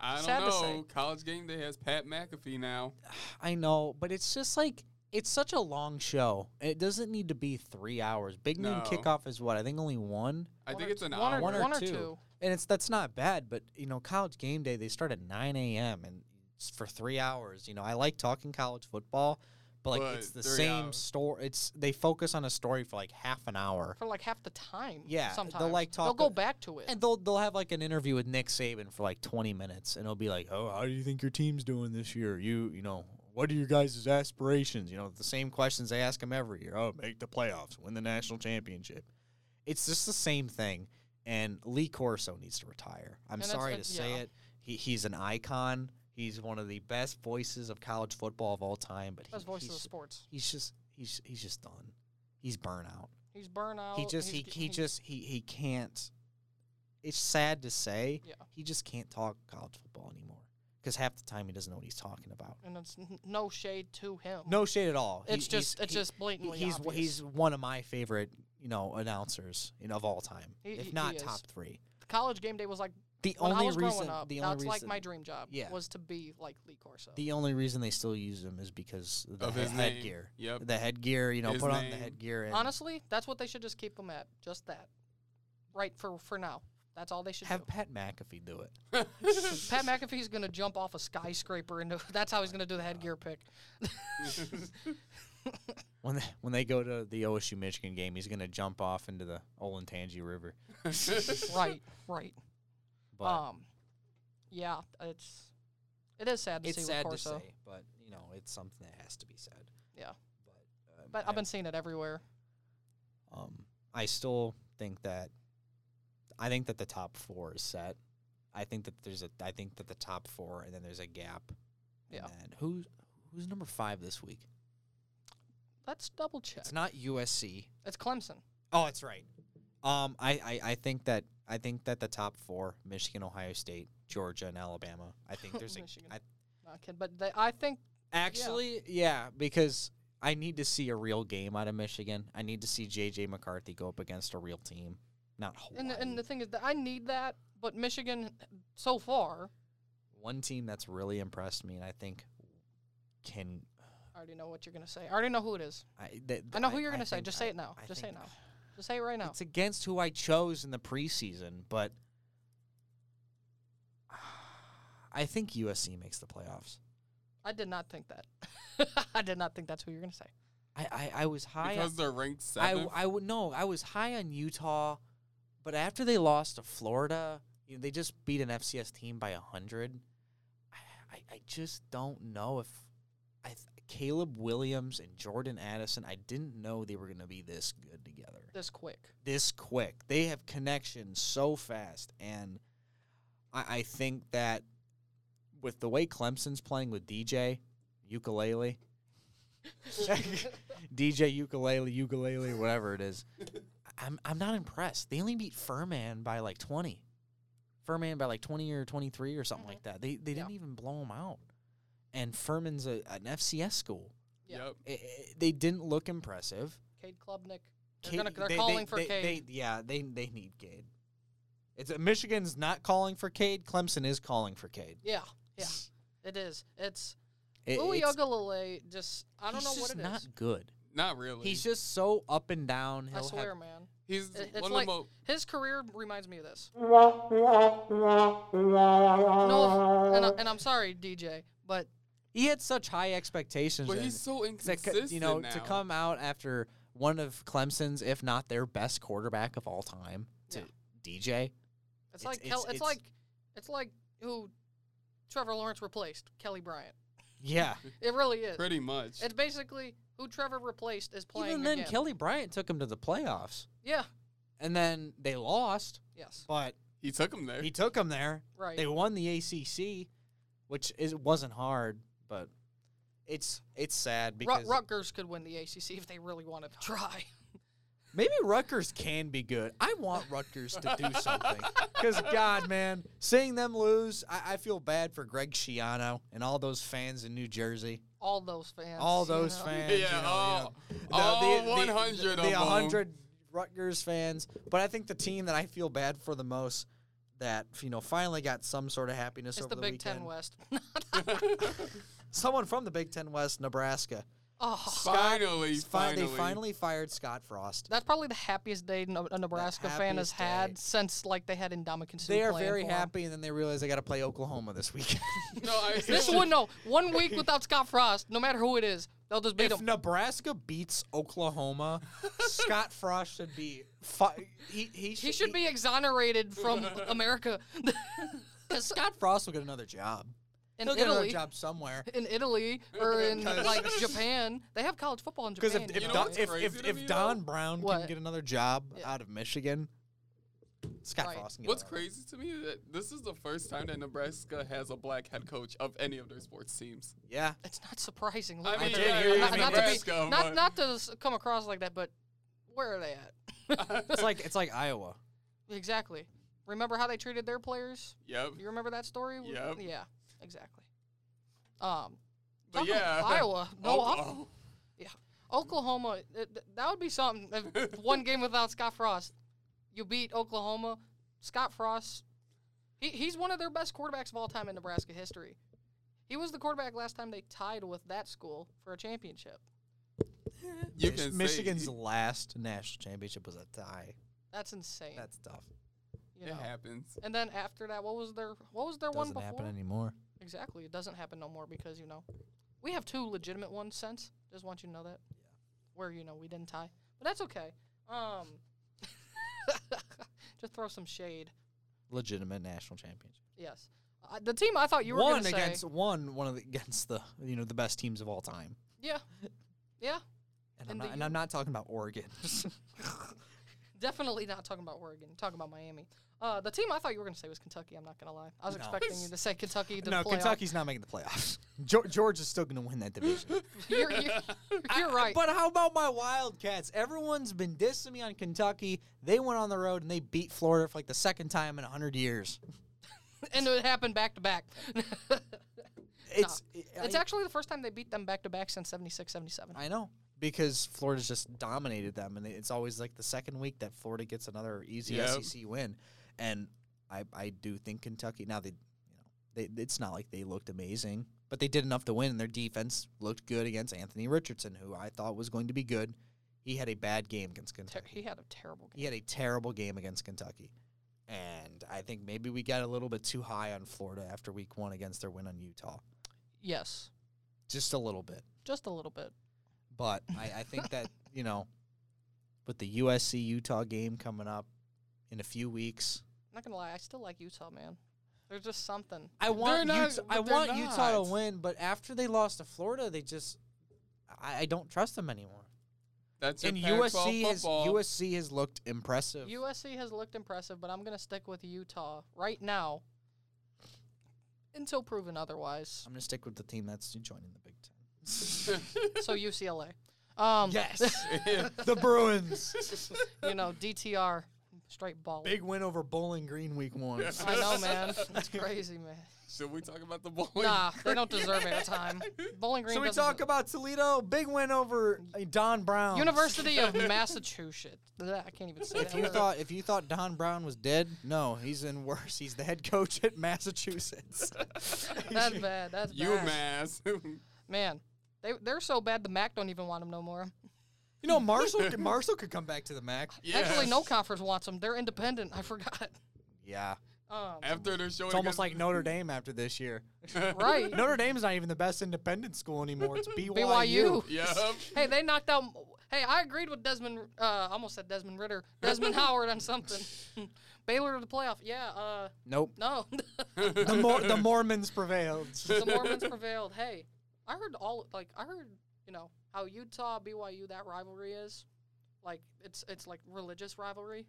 I don't Sad to know. say. College game day has Pat McAfee now. I know, but it's just like it's such a long show. It doesn't need to be three hours. Big noon No. kickoff is what I think only one, I one think or it's t- an one hour. Or, one or, one or two. two. and it's that's not bad. But you know, college game day they start at nine a.m. and it's for three hours. You know, I like talking college football, but like But it's the three same hours. story. It's they focus on a story for like half an hour. for like half the time. Yeah, they'll, sometimes like, They'll talk go a- back to it. And they'll they'll have like an interview with Nick Saban for like twenty minutes, and it'll be like, "Oh, how do you think your team's doing this year? You you know, what are your guys' aspirations? You know, the same questions they ask him every year. Oh, make the playoffs, win the national championship. It's just the same thing. And Lee Corso needs to retire. I'm And it's- sorry to it- say yeah. it. He he's an icon. He's one of the best voices of college football of all time. But Best he, voices of he's, sports. he's just he's he's just done. He's burnout He's burnout. he just he's he, ge- he just he he can't it's sad to say Yeah. he just can't talk college football anymore because half the time he doesn't know what he's talking about and it's n- no shade to him. no shade at all He- it's he's- just it's he- just blatantly he's obvious. he's one of my favorite you know announcers you know, of all time He- he- if he not is. top three college game day was like the when only I was reason growing up. the only that's reason like my dream job. Yeah. was to be like Lee Corso. the only reason they still use him is because of the Of he- his name. headgear Yep. the headgear you know His put on the name. headgear and Honestly, that's what they should just keep him at. Just that, right for for now. That's all they should have do. Pat McAfee do it Pat McAfee's gonna jump off a skyscraper into. That's how he's gonna do the headgear pick. When they, when they go to the OSU Michigan game, he's going to jump off into the Olentangy River. right, right. But um, yeah, it's it is sad to see it's with sad to Corso. say, but you know, it's something that has to be said. Yeah. But, um, But I, I've been seeing it everywhere. um, I still think that I think that the top 4 is set. I think that there's a I think that the top 4 and then there's a gap. Yeah. And then who's who's number 5 this week? Let's double check. It's not USC. It's Clemson. Oh, that's right. Um, I, I, I think that I think that the top four: Michigan, Ohio State, Georgia, and Alabama. I think there's a Michigan. I, Not kidding, but they, I think actually, yeah. because I need to see a real game out of Michigan. I need to see JJ McCarthy go up against a real team, not Hawaii. and the, and the thing is that I need that, but Michigan so far, One team that's really impressed me, and I think can I already know what you're gonna say. I already know who it is. I. That, I know who you're gonna say. think Just I- say it now. I Just say think it now. Just say it right now. It's against who I chose in the preseason, but I think USC makes the playoffs. I did not think that. I did not think that's who you're gonna say. I, I, I was high. because On, they're ranked I seventh. I would no. I was high on Utah, but after they lost to Florida, you know, they just beat an FCS team by hundred. I, I I just don't know if I th- Caleb Williams and Jordan Addison. I didn't know they were going to be this good together, This quick. this quick. They have connections so fast, and I, I think that with the way Clemson's playing with DJ ukulele. DJ ukulele, ukulele, whatever it is. I'm I'm not impressed. They only beat Furman by like 20. Furman by like 20 or 23 or something like that. They they didn't Mm-hmm. Yeah. even blow them out. And Furman's a, an FCS school. Yeah. Yep. I- I- they didn't look impressive. Cade Klubnik. They're, Cade- gonna, they're they- calling they- for they- Cade. they- yeah, they they need Cade. It's Michigan's not calling for Cade. Clemson is calling for Cade. yeah, yeah. It is. It's It- Louis it's- Ugalele. Just I don't he's know what just it is. not good. Not really. He's just so up and down. He'll I have- swear, man. He's It- it's one like of his career reminds me of this. No, and, I, and I'm sorry, DJ, but he had such high expectations. the most. But and- he's so to, inconsistent co- you know, now. to come out after one of Clemson's, if not their best quarterback of all time, to Yeah. DJ. It's- It's, like it's- Kel- it's, it's- like it's like who Trevor Lawrence replaced Kelly Bryant. Yeah. It really is. Pretty much. It's basically who Trevor replaced is playing Even then, again. Kelly Bryant took him to the playoffs, yeah. and then they lost, Yes. but He took him there. He took him there. Right. They won the ACC, which is wasn't hard, but it's it's sad Ru- because Rutgers could win the ACC if they really want to try. maybe Rutgers can be good. I want Rutgers to do something because God, man, seeing them lose, I, I feel bad for Greg Schiano and all those fans in New Jersey, All those fans. all you those know. fans, you know, yeah, oh, you know. all, the- all the- the- 100 the, of the them. 100 Rutgers fans. But I think the team that I feel bad for the most that you know finally got some sort of happiness It's over the the, Big weekend. Ten West. Someone from the Big Ten West, Nebraska. oh, Finally, He's fi- finally. They finally fired Scott Frost. that's probably the happiest day no- a Nebraska fan has happiest had day. since like they had Indomitian They are very happy, and then they realize they got to play Oklahoma this weekend. No, I, This one, no, one week without Scott Frost, no matter who it is, they'll just beat if him. Nebraska beats Oklahoma, Scott Frost should be. Fi- he, he, should, he should be exonerated from America. Scott Frost will get another job. in He'll get another Italy, job somewhere. in Italy, or in like Japan, they have college football in Because Japan. if, you know if, know? Don, what's if, crazy if, to if me, though? Don Brown What? can get another job Yeah. out of Michigan, Scott Right. Frost can get What's another- crazy to me is that this is the first time that Nebraska has a black head coach of any of their sports teams. Yeah. it's not surprising. I look mean, at did them. hear you not, mean not to be, Nebraska, not, but- not to s- come across like that, but where are they at? It's like it's like Iowa. exactly. Remember how they treated their players? Yep. You remember that story? with- Yep. Yeah, exactly. Um, But talking about yeah. Iowa. No, Oklahoma. Oklahoma. Yeah, Oklahoma. th- th- that would be something. If one game without Scott Frost, you beat Oklahoma. Scott Frost, he, he's one of their best quarterbacks of all time in Nebraska history. He was the quarterback last time they tied with that school for a championship. You Mich- can say- Michigan's last national championship was a tie. That's insane. That's tough. you It know. happens. And then after that, what was their what was their one Doesn't before? happen anymore. Exactly. It doesn't happen no more because, you know, we have two legitimate ones since. Just want you to know that. Yeah. Where, you know, we didn't tie. But that's okay. Um just throw some shade. Legitimate national championship. Yes. Uh, the team I thought you were one going to against say. one, one of the, against the you know the best teams of all time. Yeah. Yeah. And And, I'm the not, and I'm not talking about Oregon. Definitely not talking about Oregon. Talking about Miami. Uh, the team I thought you were going to say was Kentucky. I'm not going to lie. I was No. expecting you to say Kentucky. To no, play Kentucky's not making the playoffs. Geor- Georgia's still going to win that division. You're, you're, you're I- right. But how about my Wildcats? Everyone's been dissing me on Kentucky. They went on the road and they beat Florida for like the second time in 100 years. and it happened back to back. It's It's I, actually the first time they beat them back to back since 76, 77. I know because Florida's just dominated them and it's always like the second week that Florida gets another easy Yep. SEC win. And I I do think Kentucky now they you know they it's not like they looked amazing, but they did enough to win and their defense looked good against Anthony Richardson who I thought was going to be good. He had a bad game against Kentucky. Ter- he had a terrible game. he had a terrible game against Kentucky. And I think maybe we got a little bit too high on Florida after week one against their win on Utah. Yes, Just a little bit. just a little bit. But I, I think that, you know, with the USC Utah game coming up in a few weeks, I'm not gonna lie, I still like Utah, man. There's just something. I want not- Utah, but I they're want Utah not. to win, but after they lost to Florida, they just I, I don't trust them anymore. That's your And Pac-12 USC has football. USC has looked impressive. USC has looked impressive, but I'm gonna stick with Utah right now until proven otherwise. I'm gonna stick with the team that's joining the Big Ten. so UCLA, um, Yes, the Bruins. you know DTR, straight ball. Big win over Bowling Green week one. I know, man. It's crazy, man. Should we talk about the bowling? Nah, they don't deserve airtime. Bowling Green. so we doesn't talk de- about Toledo. Big win over uh, Don Brown. University of Massachusetts. Bleh, I can't even say If that you word. thought if you thought Don Brown was dead, no, he's in worse. He's the head coach at Massachusetts. that's bad. That's bad. UMass. Man, they they're so bad the Mac don't even want them no more. you know Marshall. Marshall could come back to the MAC. Actually, no Yes. conference wants them. They're independent. I forgot. Yeah, Um, After they're showing it's almost like Notre Dame after this year. right. Notre Dame's not even the best independent school anymore. It's BYU. BYU. Yep. Hey, they knocked out. Hey, I agreed with Desmond. Uh, I almost said Desmond Ritter. Desmond Howard on something. Baylor to the playoff. Yeah. Uh, Nope. no. the, Mor- the Mormons prevailed. the Mormons prevailed. Hey, I heard all like I heard you know how Utah BYU that rivalry is, like it's it's like religious rivalry.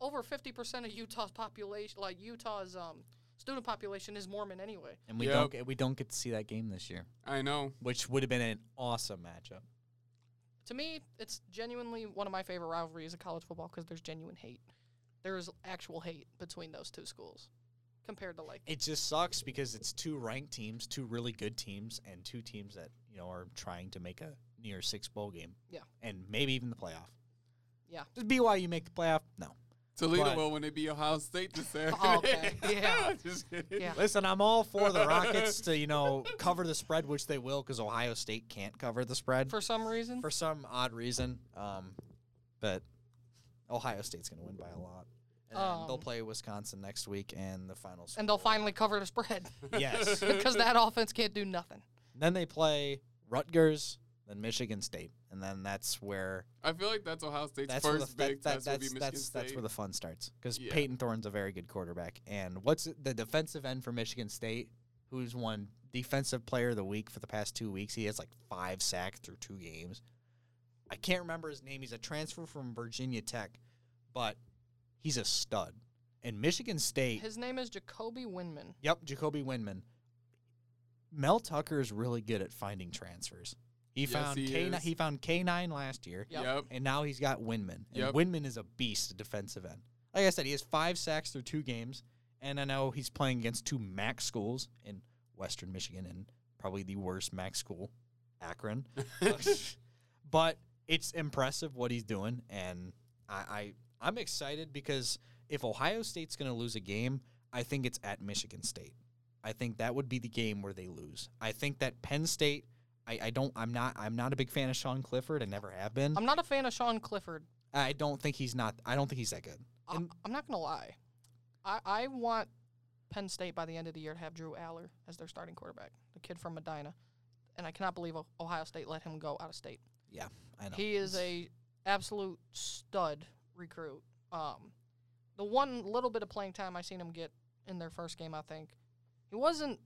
Over fifty percent of Utah's population, like Utah's um student population, is Mormon anyway. And we Yep. don't get, we don't get to see that game this year, I know. which would have been an awesome matchup. To me, it's genuinely one of my favorite rivalries in college football because there's genuine hate. There is actual hate between those two schools compared to like It just sucks because it's two ranked teams, two really good teams, and two teams that you know are trying to make a near six bowl game. Yeah. and maybe even the playoff. Yeah. does BYU make the playoff? No. Toledo But- will when it be Ohio State this Saturday. okay, yeah. Just kidding. Yeah. Listen, I'm all for the Rockets to you know cover the spread, which they will, because Ohio State can't cover the spread for some reason. for some odd reason. Um, but Ohio State's going to win by a lot. And then they'll Um, play Wisconsin next week and the finals. and they'll finally cover the spread yes. because that offense can't do nothing. then they play Rutgers, then Michigan State, and then that's where I feel like that's Ohio State's that's where the, first big that, test that, that's, will be Michigan that's, State. that's where the fun starts because Yeah. Peyton Thorne's a very good quarterback. And what's it- the defensive end for Michigan State, who's won Defensive Player of the Week for the past two weeks? He has like five sacks through two games. I can't remember his name. He's a transfer from Virginia Tech, but he's a stud. And Michigan State, His name is Jacoby Windman. yep, Jacoby Windman. Mel Tucker is really good at finding transfers. He Yes, found he K is. he found K nine last year Yep. Yep. and now he's got Winman. And Yep. Winman is a beast at defensive end. Like I said, he has five sacks through two games, and I know he's playing against two MAC schools in Western Michigan and probably the worst MAC school, Akron. but it's impressive what he's doing, and I, I I'm excited because if Ohio State's going to lose a game, I think it's at Michigan State. I think that would be the game where they lose. I think that Penn State. I, I don't. I'm not. I'm not a big fan of Sean Clifford. I never have been. I'm not a fan of Sean Clifford. I don't think he's not. I don't think he's that good. I, And- I'm not gonna lie. I, I want Penn State by the end of the year to have Drew Aller as their starting quarterback, the kid from Medina, and I cannot believe O- Ohio State let him go out of state. I know. He is a absolute stud recruit. Um, the one little bit of playing time I seen him get in their first game, I think he wasn't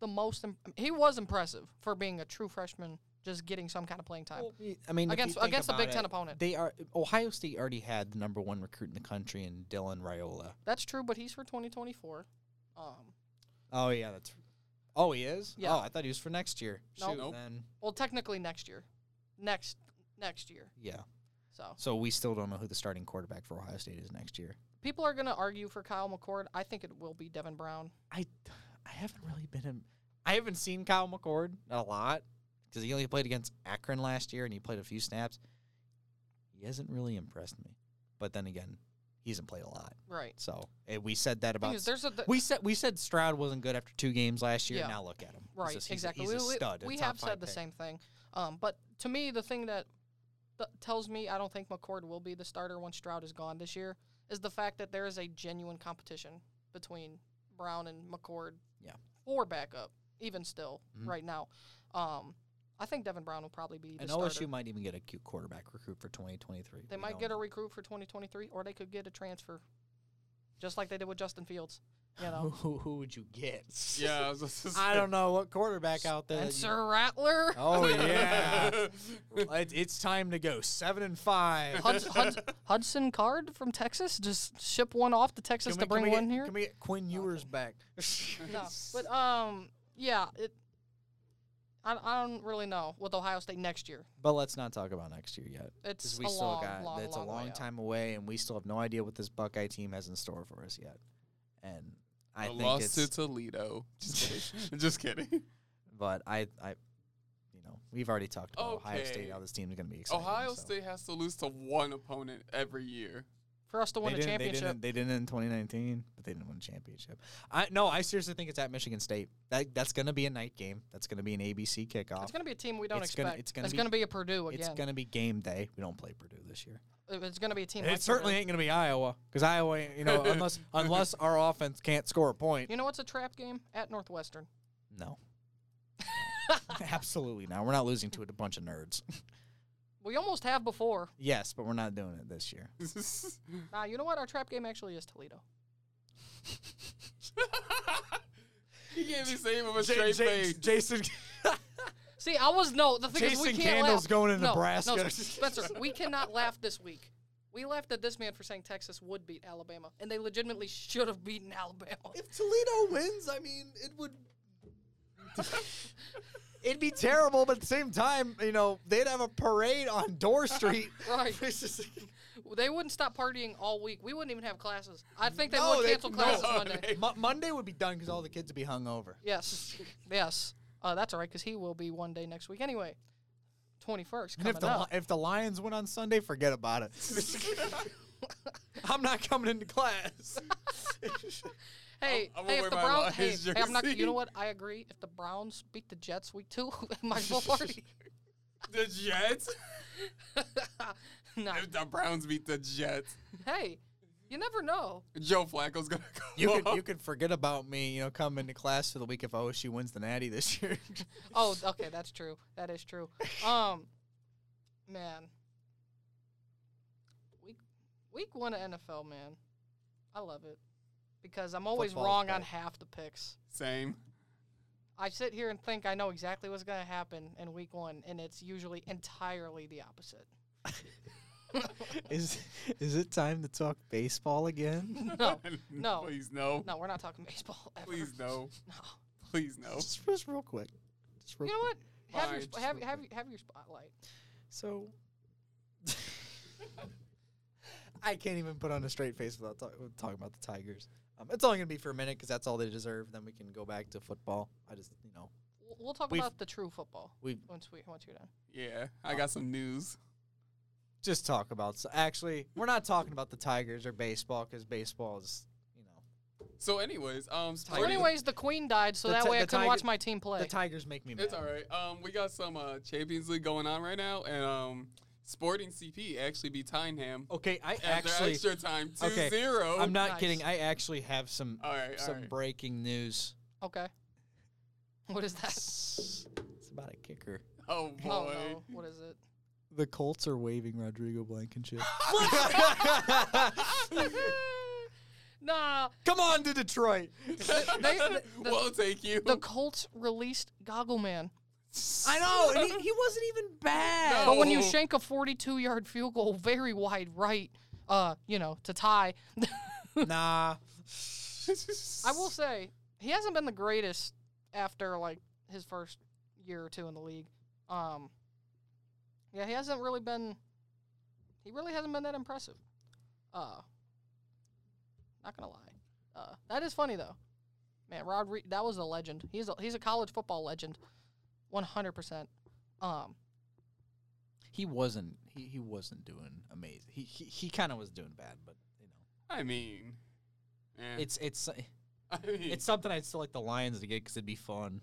the most. Imp- he was impressive for being a true freshman, just getting some kind of playing time I mean, if against you think against a about Big Ten it, opponent. They are Ohio State already had the number one recruit in the country in Dylan Raiola. That's true, but he's for 2024. Um, Oh yeah, that's. Oh, he is. Yeah. Oh, I thought he was for next year. Nope. Shoot, Nope. Then Well, technically next year, next next year. yeah. So So we still don't know who the starting quarterback for Ohio State is next year. people are gonna argue for Kyle McCord. I think it will be Devin Brown. I, I haven't really been. In, I haven't seen Kyle McCord a lot because he only played against Akron last year and he played a few snaps. He hasn't really impressed me. But then again, he hasn't played a lot. Right. So eh, we said that Thing about. is, there's a th- we said we said Stroud wasn't good after two games last year. Yeah. Now look at him. He's right a- he's a- exactly. he's a We- we- stud, a we top have five said the pick. same thing. Um, but to me, the thing that th- tells me I don't think McCord will be the starter once Stroud is gone this year is the fact that there is a genuine competition between Brown and McCord. Yeah. Or backup, even still Mhm. right now. Um, I think Devin Brown will probably be the And starter. OSU might even get a cute quarterback recruit for 2023. They might get a recruit for 2023, or they could get a transfer, just like they did with Justin Fields. You Who, know, who, who would you get? yeah, I, was just I don't know what quarterback out there. that you- Spencer Rattler, Oh yeah. It, it's time to go seven and five. Hudson, Hudson, Hudson Card from Texas. Just ship one off to Texas to Can we- can bring we one get- here. Can we get Quinn Ewers back? no, but um, yeah, it. I, I don't really know with Ohio State next year. but let's not talk about next year yet. It's Because we a still long, got long, that's long a long way out. time away, and we still have no idea what this Buckeye team has in store for us yet. And I I think lost it's, to Toledo. Just kidding. just kidding. but I, I, you know, we've already talked about Ohio State Okay. how this team is going to be. Exciting, Ohio so. State has to lose to one opponent every year. for us to They win a didn't- championship. They didn't, they didn't in 2019, but they didn't win a championship. I no, I seriously think it's at Michigan State. That that's going to be a night game. That's going to be an ABC kickoff. It's gonna be a team we don't It's expect. gonna- it's gonna be- a Purdue again. It's going to be game day. We don't play Purdue this year. It's gonna be a team. And like it certainly Purdue. ain't going to be Iowa because Iowa, ain't- you know, unless unless our offense can't score a point. You know what's a trap game at Northwestern? No. Absolutely not. We're not losing to a bunch of nerds. We almost have before. Yes, but we're not doing it this year. Nah, you know what? Our trap game actually is Toledo. he can't be saying with a straight face. Jason, See, I was no. The thing is, we Jason can't Candle's laugh. going to No, Nebraska. No, Spencer, we cannot laugh this week. We laughed at this man for saying Texas would beat Alabama, and they legitimately should have beaten Alabama. If Toledo wins, I mean, it would. it'd be terrible, but at the same time, you know, they'd have a parade on Door Street. Right. It's just- They wouldn't stop partying all week. We wouldn't even have classes. I think they No, would they- cancel classes no, Monday. they- Mo- Monday would be done because all the kids would be hung over. Yes, yes. Uh, that's all right because he will be one day next week anyway. Twenty first And coming if the Li- up. if the Lions win on Sunday, forget about it. I'm not coming into class. Hey, I'm- I'm gonna hey, if the wear my Browns, hey, Lions hey, I'm not. You jersey. know what? I agree. If the Browns beat the Jets week two, my full party. the Jets. no. If the Browns beat the Jets, Hey, you never know. Joe Flacco's gonna go. You off. could you could forget about me, you know, coming into class for the week if OSU wins the Natty this year. Oh, okay, that's true. That is true. Um, man, week week one of NFL, man, I love it because I'm always Football's wrong on back. half the picks. Same. I sit here and think I know exactly what's going to happen in week one, and it's usually entirely the opposite. is is it time to talk baseball again? No, No. Please no. no, we're not talking baseball. Ever. Please no. No. Please no. Just, just real quick. Just real You know what? Have your Fine, sp- just have, real have, have your spotlight. So I can't even put on a straight face without talk, with talking about the Tigers. Um, it's only gonna be for a minute because that's all they deserve. Then we can go back to football. I just, you know, We'll- We'll talk We've- about the true football we once we once you're done. Yeah, I got some news. just talk about. So actually, we're not talking about the Tigers or baseball because baseball is, you know, So, anyways, um, So, anyways, the queen died, so The that ti- way I the could tiger- watch my team play. the Tigers make me mad. It's all right. Um, we got some uh, Champions League going on right now, and um, Sporting CP actually beat Tyneham Oh, Okay, I after actually, extra time 2 Okay, 0. I'm not Nice. kidding. I actually have some all right, all some right. breaking news. Okay. What is that? It's about a kicker. Oh boy. Oh no! What is it? The Colts are waving Rodrigo Blankenship. Nah, Come on to Detroit. they- the- the- we'll take you. the Colts released Goggle Man. I know. And he, he wasn't even bad. But when you Oh. shank a 42 yard field goal very wide right, uh, you know, to tie, Nah. I will say he hasn't been the greatest after like his first year or two in the league. Um, yeah, he hasn't really been. He really hasn't been that impressive. Uh, not gonna lie. Uh, that is funny though. Man, Rod, Re- that was a legend. He's a, he's a college football legend, one hundred percent. Um, He wasn't. He, he wasn't doing amazing. He he, he kind of was doing bad, but you know, I mean, eh, it's it's I mean, it's something I'd still like the Lions to get because it'd be fun.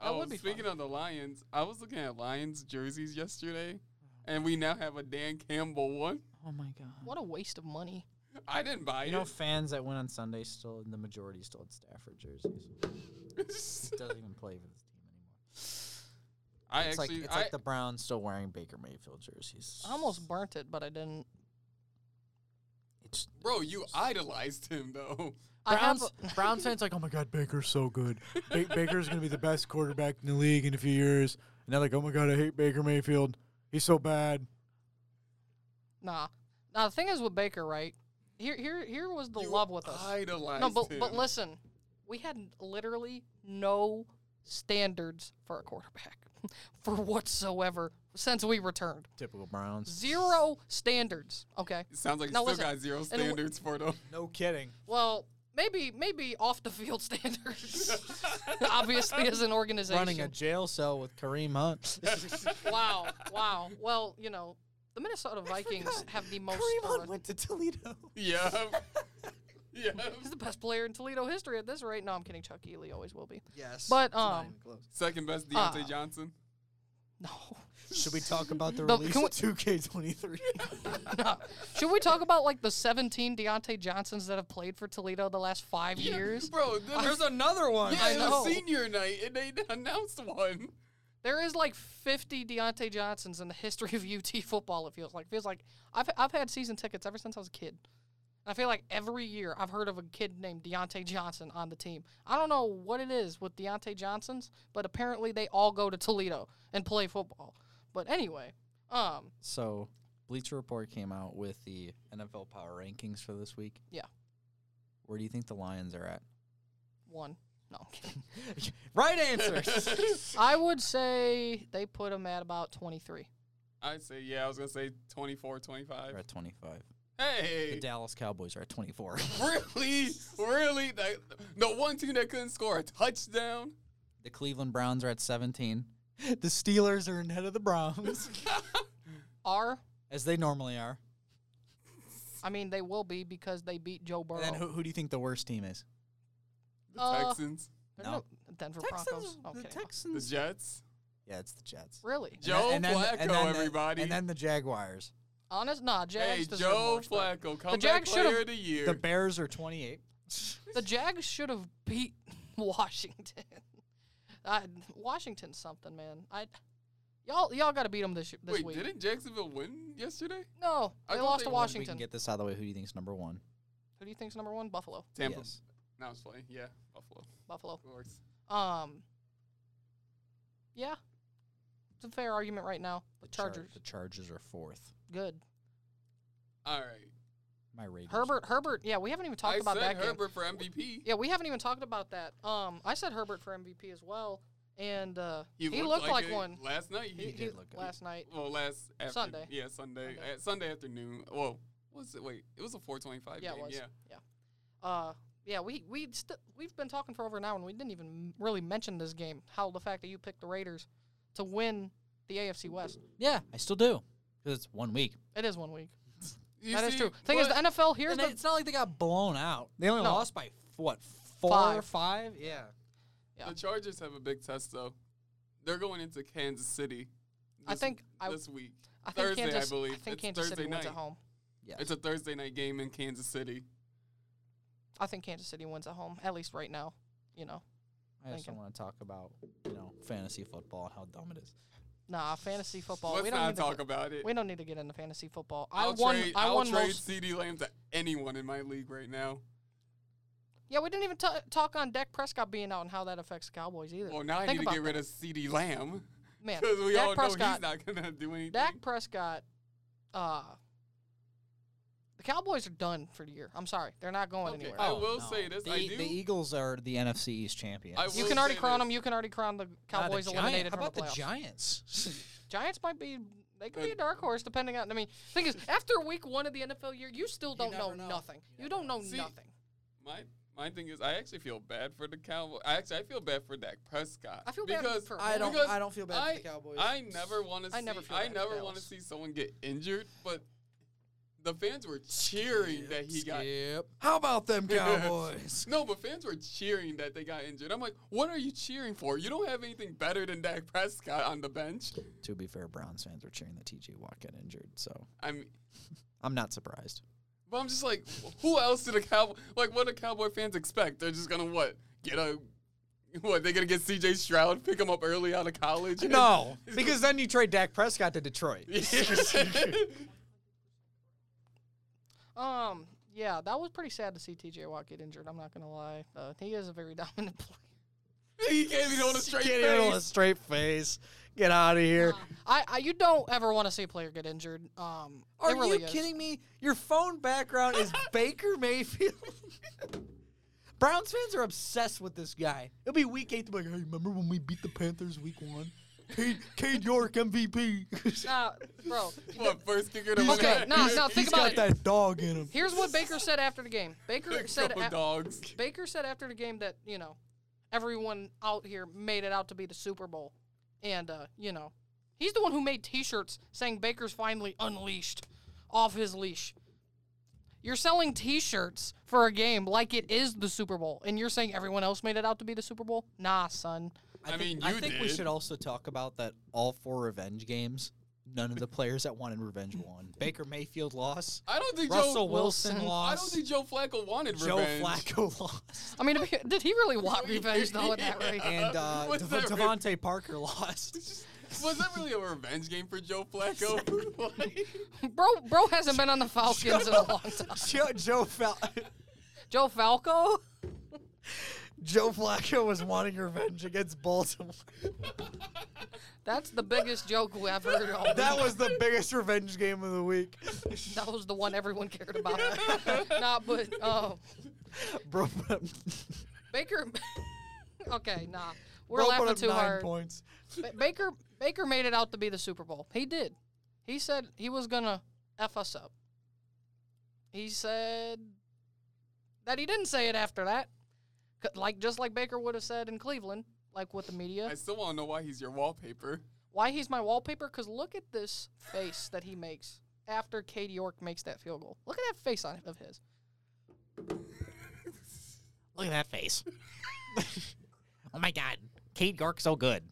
oh, would be speaking fun. of the Lions, I was looking at Lions jerseys yesterday, and we now have a Dan Campbell one. Oh my god. what a waste of money. I didn't buy You know, it. fans that went on Sunday still, the majority still had Stafford jerseys. Doesn't even play for this team anymore. I It's actually, like it's I, like the Browns still wearing Baker Mayfield jerseys. I almost burnt it, but I didn't. It's bro, you idolized him though. I have. Browns. a- Browns fans like, oh my God, Baker's so good. Ba- Baker's going to be the best quarterback in the league in a few years. And they're like, oh my God, I hate Baker Mayfield. He's so bad. Nah. Now the thing is with Baker, right? Here, here, here was the You love with us. Idolized No, but him. but listen, we had literally no standards for a quarterback, for whatsoever since we returned. typical Browns. Zero standards. Okay. It sounds like you Now still listen, got zero and w- standards for them. No kidding. Well, maybe maybe off the field standards. Obviously, as an organization. Running a jail cell with Kareem Hunt. wow, wow. Well, you know, the Minnesota Vikings have the most. storied- went to Toledo. Yeah. yeah. He's the best player in Toledo history at this rate. No, I'm kidding. Chuck Ely always will be. Yes. But, um, Second best Deontay Ah. Johnson. No. should we talk about the No, release can of 2K23? Should we talk about like the 17 Deontay Johnsons that have played for Toledo the last five Yeah, years? Bro, then there's another one. yeah, I it was know. senior night and they announced one. There is like 50 Deontay Johnsons in the history of UT football. It feels like feels like I've I've had season tickets ever since I was a kid. And I feel like every year I've heard of a kid named Deontay Johnson on the team. I don't know what it is with Deontay Johnsons, but apparently they all go to Toledo and play football. But anyway, um, So, Bleacher Report came out with the NFL power rankings for this week. Yeah. Where do you think the Lions are at? one. No, I'm kidding. Right answer. I would say they put him at about 23. I'd say, yeah, I was going to say 24, 25. We're at 25. The Hey, Dallas Cowboys are at 24. really? Really? The, the one team that couldn't score a touchdown? the Cleveland Browns are at 17. The Steelers are ahead of the Browns, Are as they normally are. I mean they will be because they beat Joe Burrow. And then who, who do you think the worst team is? The Uh, Texans? They're No. no. Denver Broncos. No, I'm the kidding. The Texans. Jets? Yeah, it's the Jets. Really? Joe Flacco, then the- everybody. and then the Jaguars. Honest? Nah, Jags. hey, deserve more Joe respect. Flacco, comeback Jags should've- player of the year. The Bears are 28. The Jags should have beat Washington. I, Washington's something, man. I y'all y'all got to beat them this y- this Wait, week. didn't Jacksonville win yesterday? No, I they thought lost they won. We to We can Washington. get this out of the way. Who do you think is number one? Who do you think's number one? Buffalo. Tampa. Yes. No, I was playing. Yeah, Buffalo, Buffalo. of course. Um. Yeah, it's a fair argument right now. The The Char- Chargers, the Chargers are fourth. good. All right. My Raiders. Herbert, Herbert. Yeah, we haven't even talked I about said that game. Herbert for MVP. Yeah, we haven't even talked about that. Um, I said Herbert for MVP as well, and uh, he, looked looked like, it one. last night. He, He, he- did look good. last night. well, last after, Sunday. Yeah, Sunday. Sunday. At Sunday afternoon. Well, what's it? Wait, it was a 425 Yeah, it game. was. Yeah. Uh, yeah, we we st- we've been talking for over an hour, and we didn't even m- really mention this game. How the fact that you picked the Raiders to win the AFC West. Yeah, I still do. 'Cause it's one week. It is one week. You That is see, true. Thing is, the but NFL here's And the it's not like they got blown out. They only No. lost by what four Five. or five? Yeah. yeah. the Chargers have a big test though. They're going into Kansas City. I this- think I- this week. I think Thursday, I Kansas, believe. think It's Kansas City Thursday wins at night. home. Yes. It's a Thursday night game in Kansas City. I think Kansas City wins at home, at least right now. You know, I also thinking. want to talk about you know fantasy football and how dumb it is. nah, fantasy football. Let's we don't not need to talk get- about it. We don't need to get into fantasy football. I I'll won. trade. I will won trade most. CD Lamb to anyone in my league right now. Yeah, we didn't even t- talk on Dak Prescott being out and how that affects the Cowboys either. Well, now I Think need to about get that. rid of CD Lamb Man, because we Dak all know Prescott. he's not gonna do anything. Dak Prescott. Uh, the Cowboys are done for the year. I'm sorry, they're not going Okay, Uh, anywhere. I will say this, The, I E- do- The Eagles are the NFC East champions. I you will can already say crown this. them. You can already crown the Not a Cowboys giant. eliminated How from about the the, playoffs. Giants? Giants might be. They could be a Good. dark horse, depending on. I mean, thing is, after week one of the NFL year, you still don't know, never know. nothing. You, You don't know See- nothing. My my thing is, I actually feel bad for the Cowboys. I actually I feel bad for Dak Prescott. I feel bad because for I don't- because don't feel I, I never want to see. I I never never, feel bad for want to Dallas. see someone get injured, but the fans were cheering that he got. How about them Cowboys? No, but fans were cheering that they got injured. I'm like, what are you cheering for? You don't have anything better than Dak Prescott on the bench. to be fair, Browns fans were cheering that T.J. Watt got injured, so I mean, I'm not surprised. but I'm just like, who else do the Cowboy? Like, what do Cowboy fans expect? They're just gonna what get a. What they gonna get C.J. Stroud, pick him up early out of college? and- No, because then you trade Dak Prescott to Detroit. Um, yeah, that was pretty sad to see T.J. Watt get injured. I'm not gonna lie. Uh, he is a very dominant player. he can't even hold a straight Get it on a face. straight face. Get out of here. I, I you don't ever want to see a player get injured. Um, Are it really you is. kidding me? Your phone background is Baker Mayfield. Browns fans are obsessed with this guy. It'll be week eight. They'll be like, hey, remember when we beat the Panthers week one? Cade, Cade York MVP. Nah, bro. What first kicker? To Okay, no, no, think He's about got it. that dog in him. Here's what Baker said after the game. Baker said Couple a- dogs. Baker said after the game that you know everyone out here made it out to be the Super Bowl, and uh, you know he's the one who made T-shirts saying Baker's finally unleashed off his leash. You're selling T-shirts for a game like it is the Super Bowl, and you're saying everyone else made it out to be the Super Bowl? Nah, son. I mean, I you think we did. should also talk about that all four revenge games None of the players that wanted revenge won. Baker Mayfield lost. I don't think Russell Joe Wilson, Wilson. I lost. don't think Joe Flacco wanted Joe revenge. Flacco lost. I mean, if he- did he really want revenge though at that rate? And uh, Was that re- Devontae Parker lost. Was that really a revenge game for Joe Flacco? Like, Bro, bro hasn't been on the Falcons in a long time. Joe, Joe, Fal- Joe Falco. Joe Flacco was wanting revenge against Baltimore. That's the biggest joke we ever heard. all week. That was the biggest revenge game of the week. that was the one everyone cared about. nah, but um, Bro, Baker. okay, nah, we're bro put laughing up too nine hard. points. Ba- Baker Baker made it out to be the Super Bowl. He did. He said he was gonna f us up. He said that he didn't say it after that, 'Cause like just like Baker would have said in Cleveland, like with the media. I still want to know why he's your wallpaper. Why he's my wallpaper? Because look at this face that he makes after Katie York makes that field goal. Look at that face on of his. Look at that face. oh my God. Kate York so good.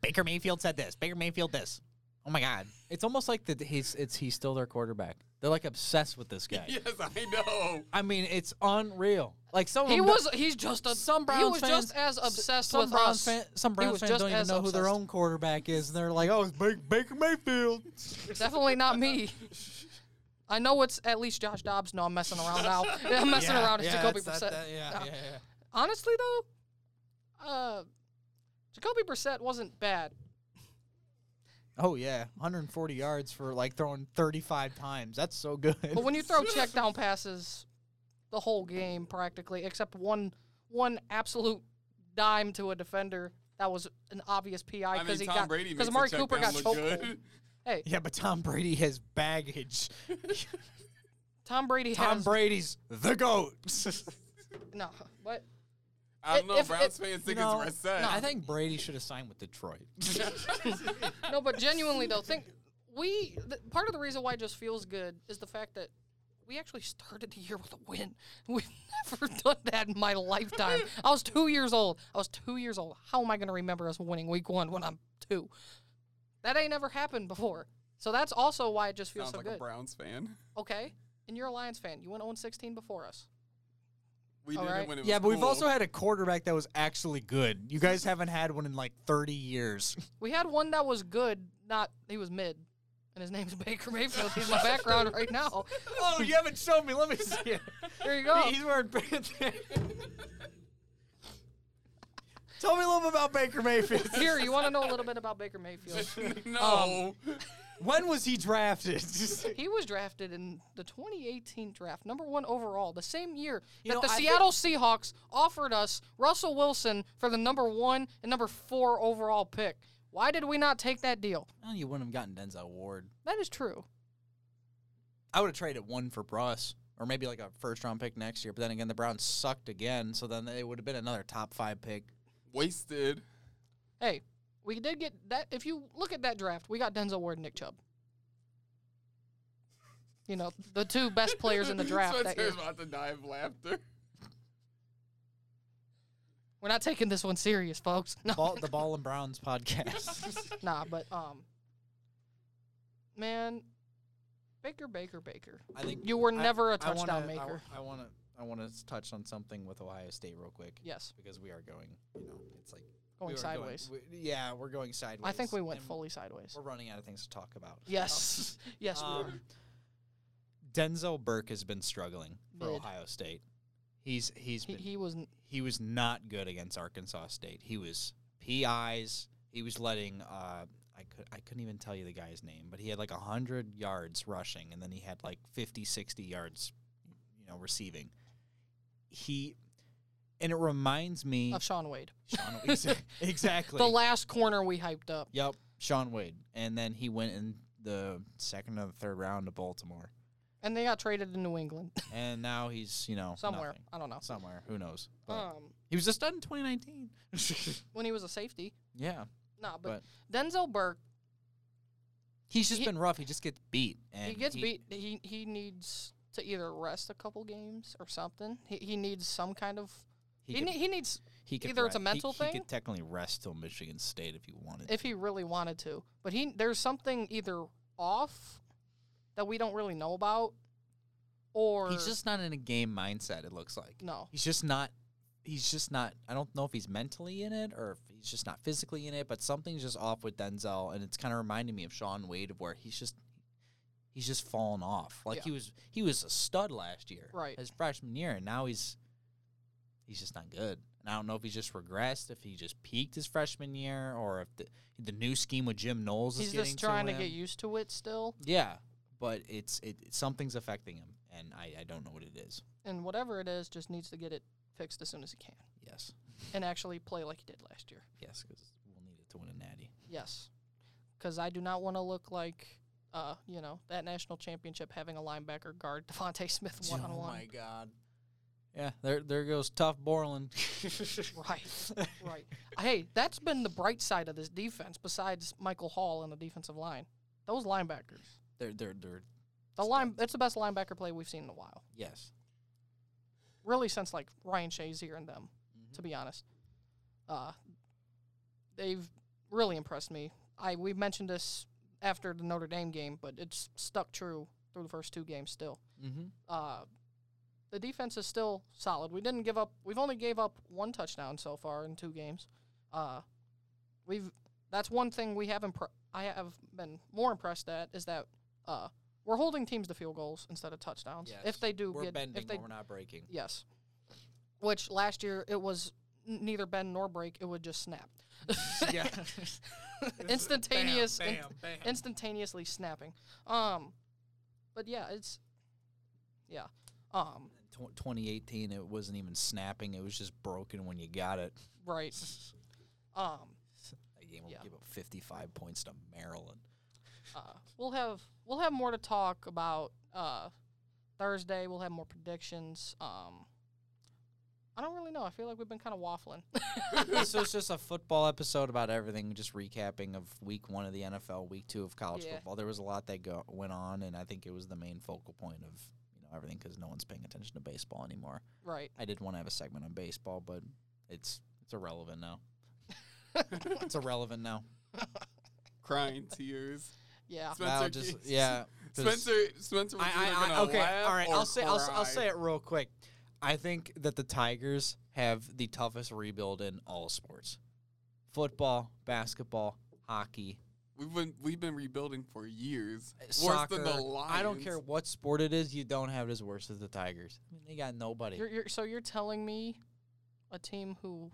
Baker Mayfield said this. Baker Mayfield this. Oh my God. It's almost like that he's it's he's still their quarterback. They're like obsessed with this guy. Yes, I know. I mean, it's unreal. Like some of He them don't- was. He's just a. some Browns he was fans, just as obsessed some with Browns us. fan- some He Browns was fans just don't even as know who their obsessed. own quarterback is, and they're like, "Oh, it's Baker, Baker Mayfield." Definitely not me. I know it's at least Josh Dobbs. No, I'm messing around now. I'm messing around. It's Jacoby Brissett. yeah, No. Honestly, though, uh, Jacoby Brissett wasn't bad. Oh yeah, 140 yards for like throwing 35 times. That's so good. But when you throw check down passes the whole game practically, except one one absolute dime to a defender, that was an obvious PI I mean, because he Tom got Brady because makes Amari a Cooper got checkdown look choked. good. Hey, yeah, but Tom Brady has baggage. Tom Brady Tom has Brady's the goat. no. What? I don't If- know. if- Browns if- fans think No, it's reset. I think Brady should have signed with Detroit. No, but genuinely though, think we th- part of the reason why it just feels good is the fact that we actually started the year with a win. We've never done that in my lifetime. I was two years old. I was two years old. How am I going to remember us winning week one when I'm two? That ain't ever happened before. So that's also why it just feels Sounds so like a good. Browns fan. okay, and you're a Lions fan. You went 0-16 before us. We All did right. it when it was yeah, but we've cool. also had a quarterback that was actually good. You guys haven't had one in like 30 years. We had one that was good. Not he was mid, and his name's Baker Mayfield. He's in the background right now. oh, you haven't shown me. Let me see it. There you go. He's wearing. Tell me a little bit about Baker Mayfield. Here, you want to know a little bit about Baker Mayfield? no. Um, When was he drafted? He was drafted in the 2018 draft, number one overall, the same year You that know, the I Seattle Seahawks offered us Russell Wilson for the number one and number four overall pick. Why did we not take that deal? oh, you wouldn't have gotten Denzel Ward. That is true. I would have traded one for Bruss or maybe like a first round pick next year. But then again, the Browns sucked again, so then it would have been another top five pick. Wasted. Hey, we did get that. If you look at that draft, we got Denzel Ward and Nick Chubb. You know, the two best players in the draft that year. Spencer's about to die of laughter. We're not taking this one serious, folks. No. Ball, the Ball and Browns podcast. Nah, but um, man, Baker, Baker, Baker. I think You were I- never a I wanna- touchdown I wa- maker. I want to. I want to touch on something with Ohio State real quick. Yes, because we are going. You know, it's like we going are sideways. we- yeah, we're going sideways. I think we went and fully sideways. We're running out of things to talk about. Yes, yes, we Um, were. Denzel Burke has been struggling for Mid. Ohio State. He's he's He, been, he, he was. n- was not good against Arkansas State. He was PIs. He was letting uh I could I couldn't even tell you the guy's name, but he had like 100 yards rushing and then he had like 50 60 yards you know receiving. He and it reminds me Of Sean Wade, Sean, exa- exactly. the last corner we hyped up. Yep, Sean Wade. And then he went in the second or the third round to Baltimore. And they got traded to New England And now he's, you know, somewhere. nothing. I don't know. Somewhere. Who knows? But Um, he was just done in 2019. when he was a safety. yeah. Nah, but, Denzel Burke, He's just He- been rough. He just gets beat. And he gets beat. He he needs to either rest a couple games or something. He he needs some kind of. He, He, could- ne- he needs He could Either it's re- a he- mental He thing- could technically rest till Michigan State if he wanted. if he really wanted to. But he there's something either off that we don't really know about, or he's just not in a game mindset. It looks like no. he's just not. He's just not. I don't know if he's mentally in it or if he's just not physically in it. But something's just off with Denzel, and it's kind of reminding me of Sean Wade, of where he's just he's just fallen off. Like Yeah. he was he was a stud last year, Right. His freshman year, and now he's he's just not good. And I don't know if he's just regressed, if he just peaked his freshman year, or if the the new scheme with Jim Knowles He's is getting just trying to him. get used to it still, Yeah, but it's it, it something's affecting him, and I, I don't know what it is. and whatever it is, just needs to get it fixed as soon as he can, Yes, and actually play like he did last year. yes, because we'll need it to win a natty. Yes, because I do not want to look like, uh, you know, that national championship having a linebacker guard Devontae Smith Oh one on one. god! Yeah, there there goes tough Borland. Right, right. hey, that's been the bright side of this defense. Besides Michael Hall and the defensive line, those linebackers. They're they're they're The line, it's the best linebacker play we've seen in a while, yes. really since like Ryan Shazier and them. To be honest, uh, they've really impressed me. I we mentioned this after the Notre Dame game, but it's stuck true through the first two games. Still, Mm-hmm. uh, the defense is still solid. We didn't give up. We've only gave up one touchdown so far in two games. Uh, we've that's one thing we have impre- I have been more impressed at is that uh, we're holding teams to field goals instead of touchdowns. If Yes. they do We're get, bending, if they but we're not breaking. yes, which last year it was n- neither bend nor break. It would just snap. yeah, instantaneous, in- bam, bam. instantaneously snapping. Um, but yeah, it's yeah. Um, Tw- 2018, it wasn't even snapping; it was just broken when you got it. right. Um, That game Yeah. will give up 55 points to Maryland. uh, we'll have we'll have more to talk about uh, Thursday. We'll have more predictions. Um, I don't really know. I feel like we've been kind of waffling. so it's just a football episode about everything, just recapping of week one of the NFL, week two of college Yeah. football. There was a lot that go- went on, and I think it was the main focal point of you know everything because no one's paying attention to baseball anymore. right. I did want to have a segment on baseball, but it's it's irrelevant now. it's irrelevant now. Crying tears. Yeah. Spencer now just Gates. yeah, 'cause- Spencer, Spencer was I- either I- I- gonna okay, laugh all right. or I'll say I'll, s- I'll cry. say it real quick. I think that the Tigers have the toughest rebuild in all sports: football, basketball, hockey, We've been we've been rebuilding for years. Uh, soccer. Worse than the Lions. I don't care what sport it is. You don't have it as worse as the Tigers. I mean, they got nobody. You're, you're, so you're telling me a team who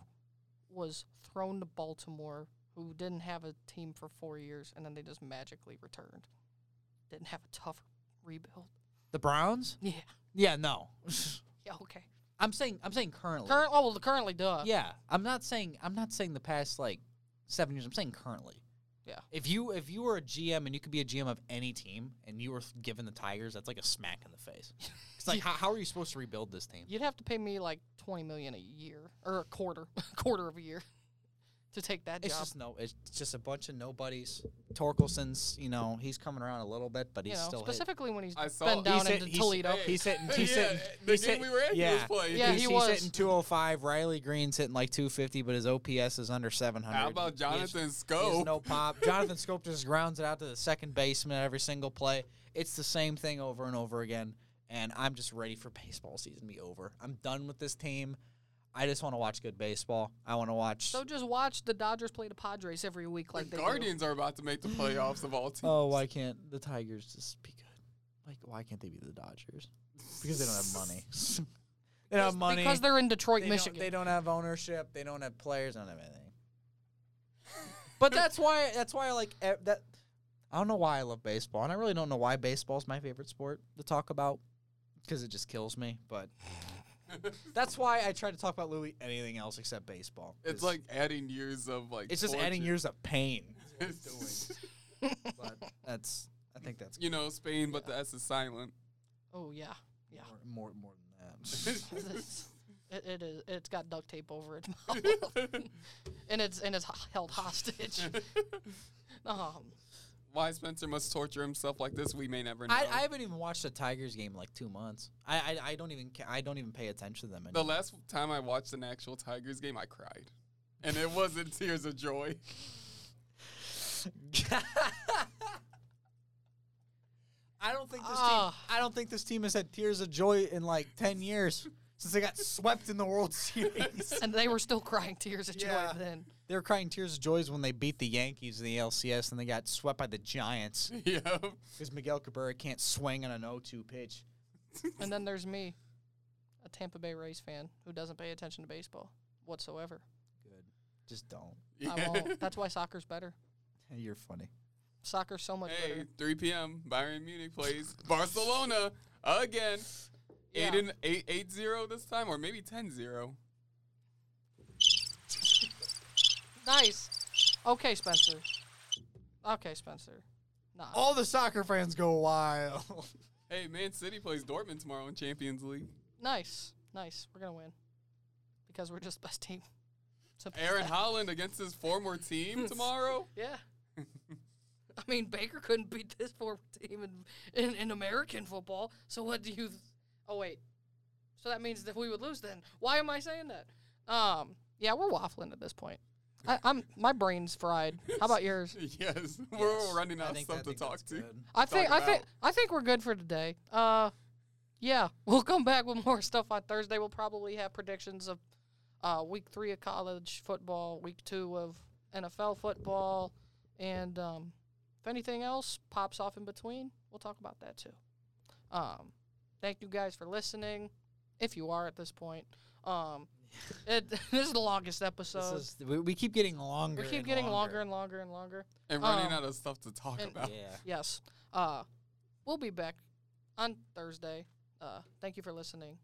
was thrown to Baltimore, who didn't have a team for four years, and then they just magically returned, didn't have a tough rebuild. the Browns? Yeah. Yeah, no. Yeah. Okay. I'm saying I'm saying currently. Current. Oh well. Currently, duh. yeah, I'm not saying I'm not saying the past like seven years. I'm saying currently. Yeah. If you if you were a GM and you could be a GM of any team and you were given the Tigers, that's like a smack in the face. It's like how, how are you supposed to rebuild this team? You'd have to pay me like twenty million a year or a quarter, quarter of a year, to take that It's job. just no. It's just a bunch of nobodies. Torkelson's, you know, he's coming around a little bit, but you he's know, still hit- specifically when he's I saw- been He's down hit- into he's- Toledo. Hey, He's hitting. He's yeah, hitting. the he's game hit- we were in, he Yeah, was playing. Yeah, he's, he he's was. hitting 205. Riley Green's hitting like 250, but his OPS is under 700. How about He has- Jonathan he has Scope? no pop. Jonathan Scope just grounds it out to the second baseman every single play. It's the same thing over and over again. And I'm just ready for baseball season to be over. I'm done with this team. I just want to watch good baseball. I want to watch. so just watch the Dodgers play the Padres every week, like the they do. Guardians are about to make the playoffs of all teams. oh, why can't the Tigers just be good? Like, why can't they be the Dodgers? Because they don't have money. they don't have money. because they're in Detroit, they Michigan. Don't, they don't have ownership. They don't have players. They don't have anything. but that's why. That's why I like e- that. I don't know why I love baseball, and I really don't know why baseball's my favorite sport to talk about because it just kills me. But that's why I try to talk about literally anything else except baseball. It's 'cause like adding years of like. it's just adding torture. years of pain. but that's. I think that's you know, Spain, but the S is silent. oh yeah, yeah. more more, more than that. It's- it, it is. It's got duct tape over its mouth, and it's and it's h- held hostage. um, why Spencer must torture himself like this, we may never know. I, I haven't even watched the Tigers game in like two months. I I, I don't even ca- I don't even pay attention to them the anymore. last time I watched an actual Tigers game, I cried. And it wasn't tears of joy. I don't think this Ah. team. I don't think this team has had tears of joy in like ten years since they got swept in the World Series. and they were still crying tears of Yeah. joy then. they were crying tears of joys when they beat the Yankees in the LCS and they got swept by the Giants yeah. because Miguel Cabrera can't swing on an 0-2 pitch. And then there's me, a Tampa Bay Rays fan who doesn't pay attention to baseball whatsoever. Good, just don't. I won't. That's why soccer's better. You're funny. Soccer's so much Hey, better. 3 p.m. Bayern Munich plays Barcelona again. Yeah. Eight and eight eight zero this time, or maybe 10-0. Nice. Okay, Spencer. Okay, Spencer. Nah. Oh. All the soccer fans go wild. Hey, Man City plays Dortmund tomorrow in Champions League. Nice. Nice. We're going to win. Because we're just the best team. Simple as Aaron that. Holland against his former team tomorrow. Yeah. I mean, Baker couldn't beat this former team in, in, in American football. So what do you? Oh wait. So that means that we would lose then. Why am I saying that? Um. Yeah, we're waffling at this point. I, I'm my brain's fried. How about yours? yes, we're running out of stuff to talk to. I think I Talk think about- I think we're good for today. Uh, yeah, we'll come back with more stuff on Thursday. We'll probably have predictions of uh, week three of college football, week two of NFL football, and um, if anything else pops off in between, we'll talk about that too. Um, thank you guys for listening. If you are at this point, um, it, this is the longest episode. This is, we, we keep getting longer. we keep and getting longer and longer and longer. And running Um, out of stuff to talk and- about. Yeah. Yes. Uh, we'll be back on Thursday. Uh, thank you for listening.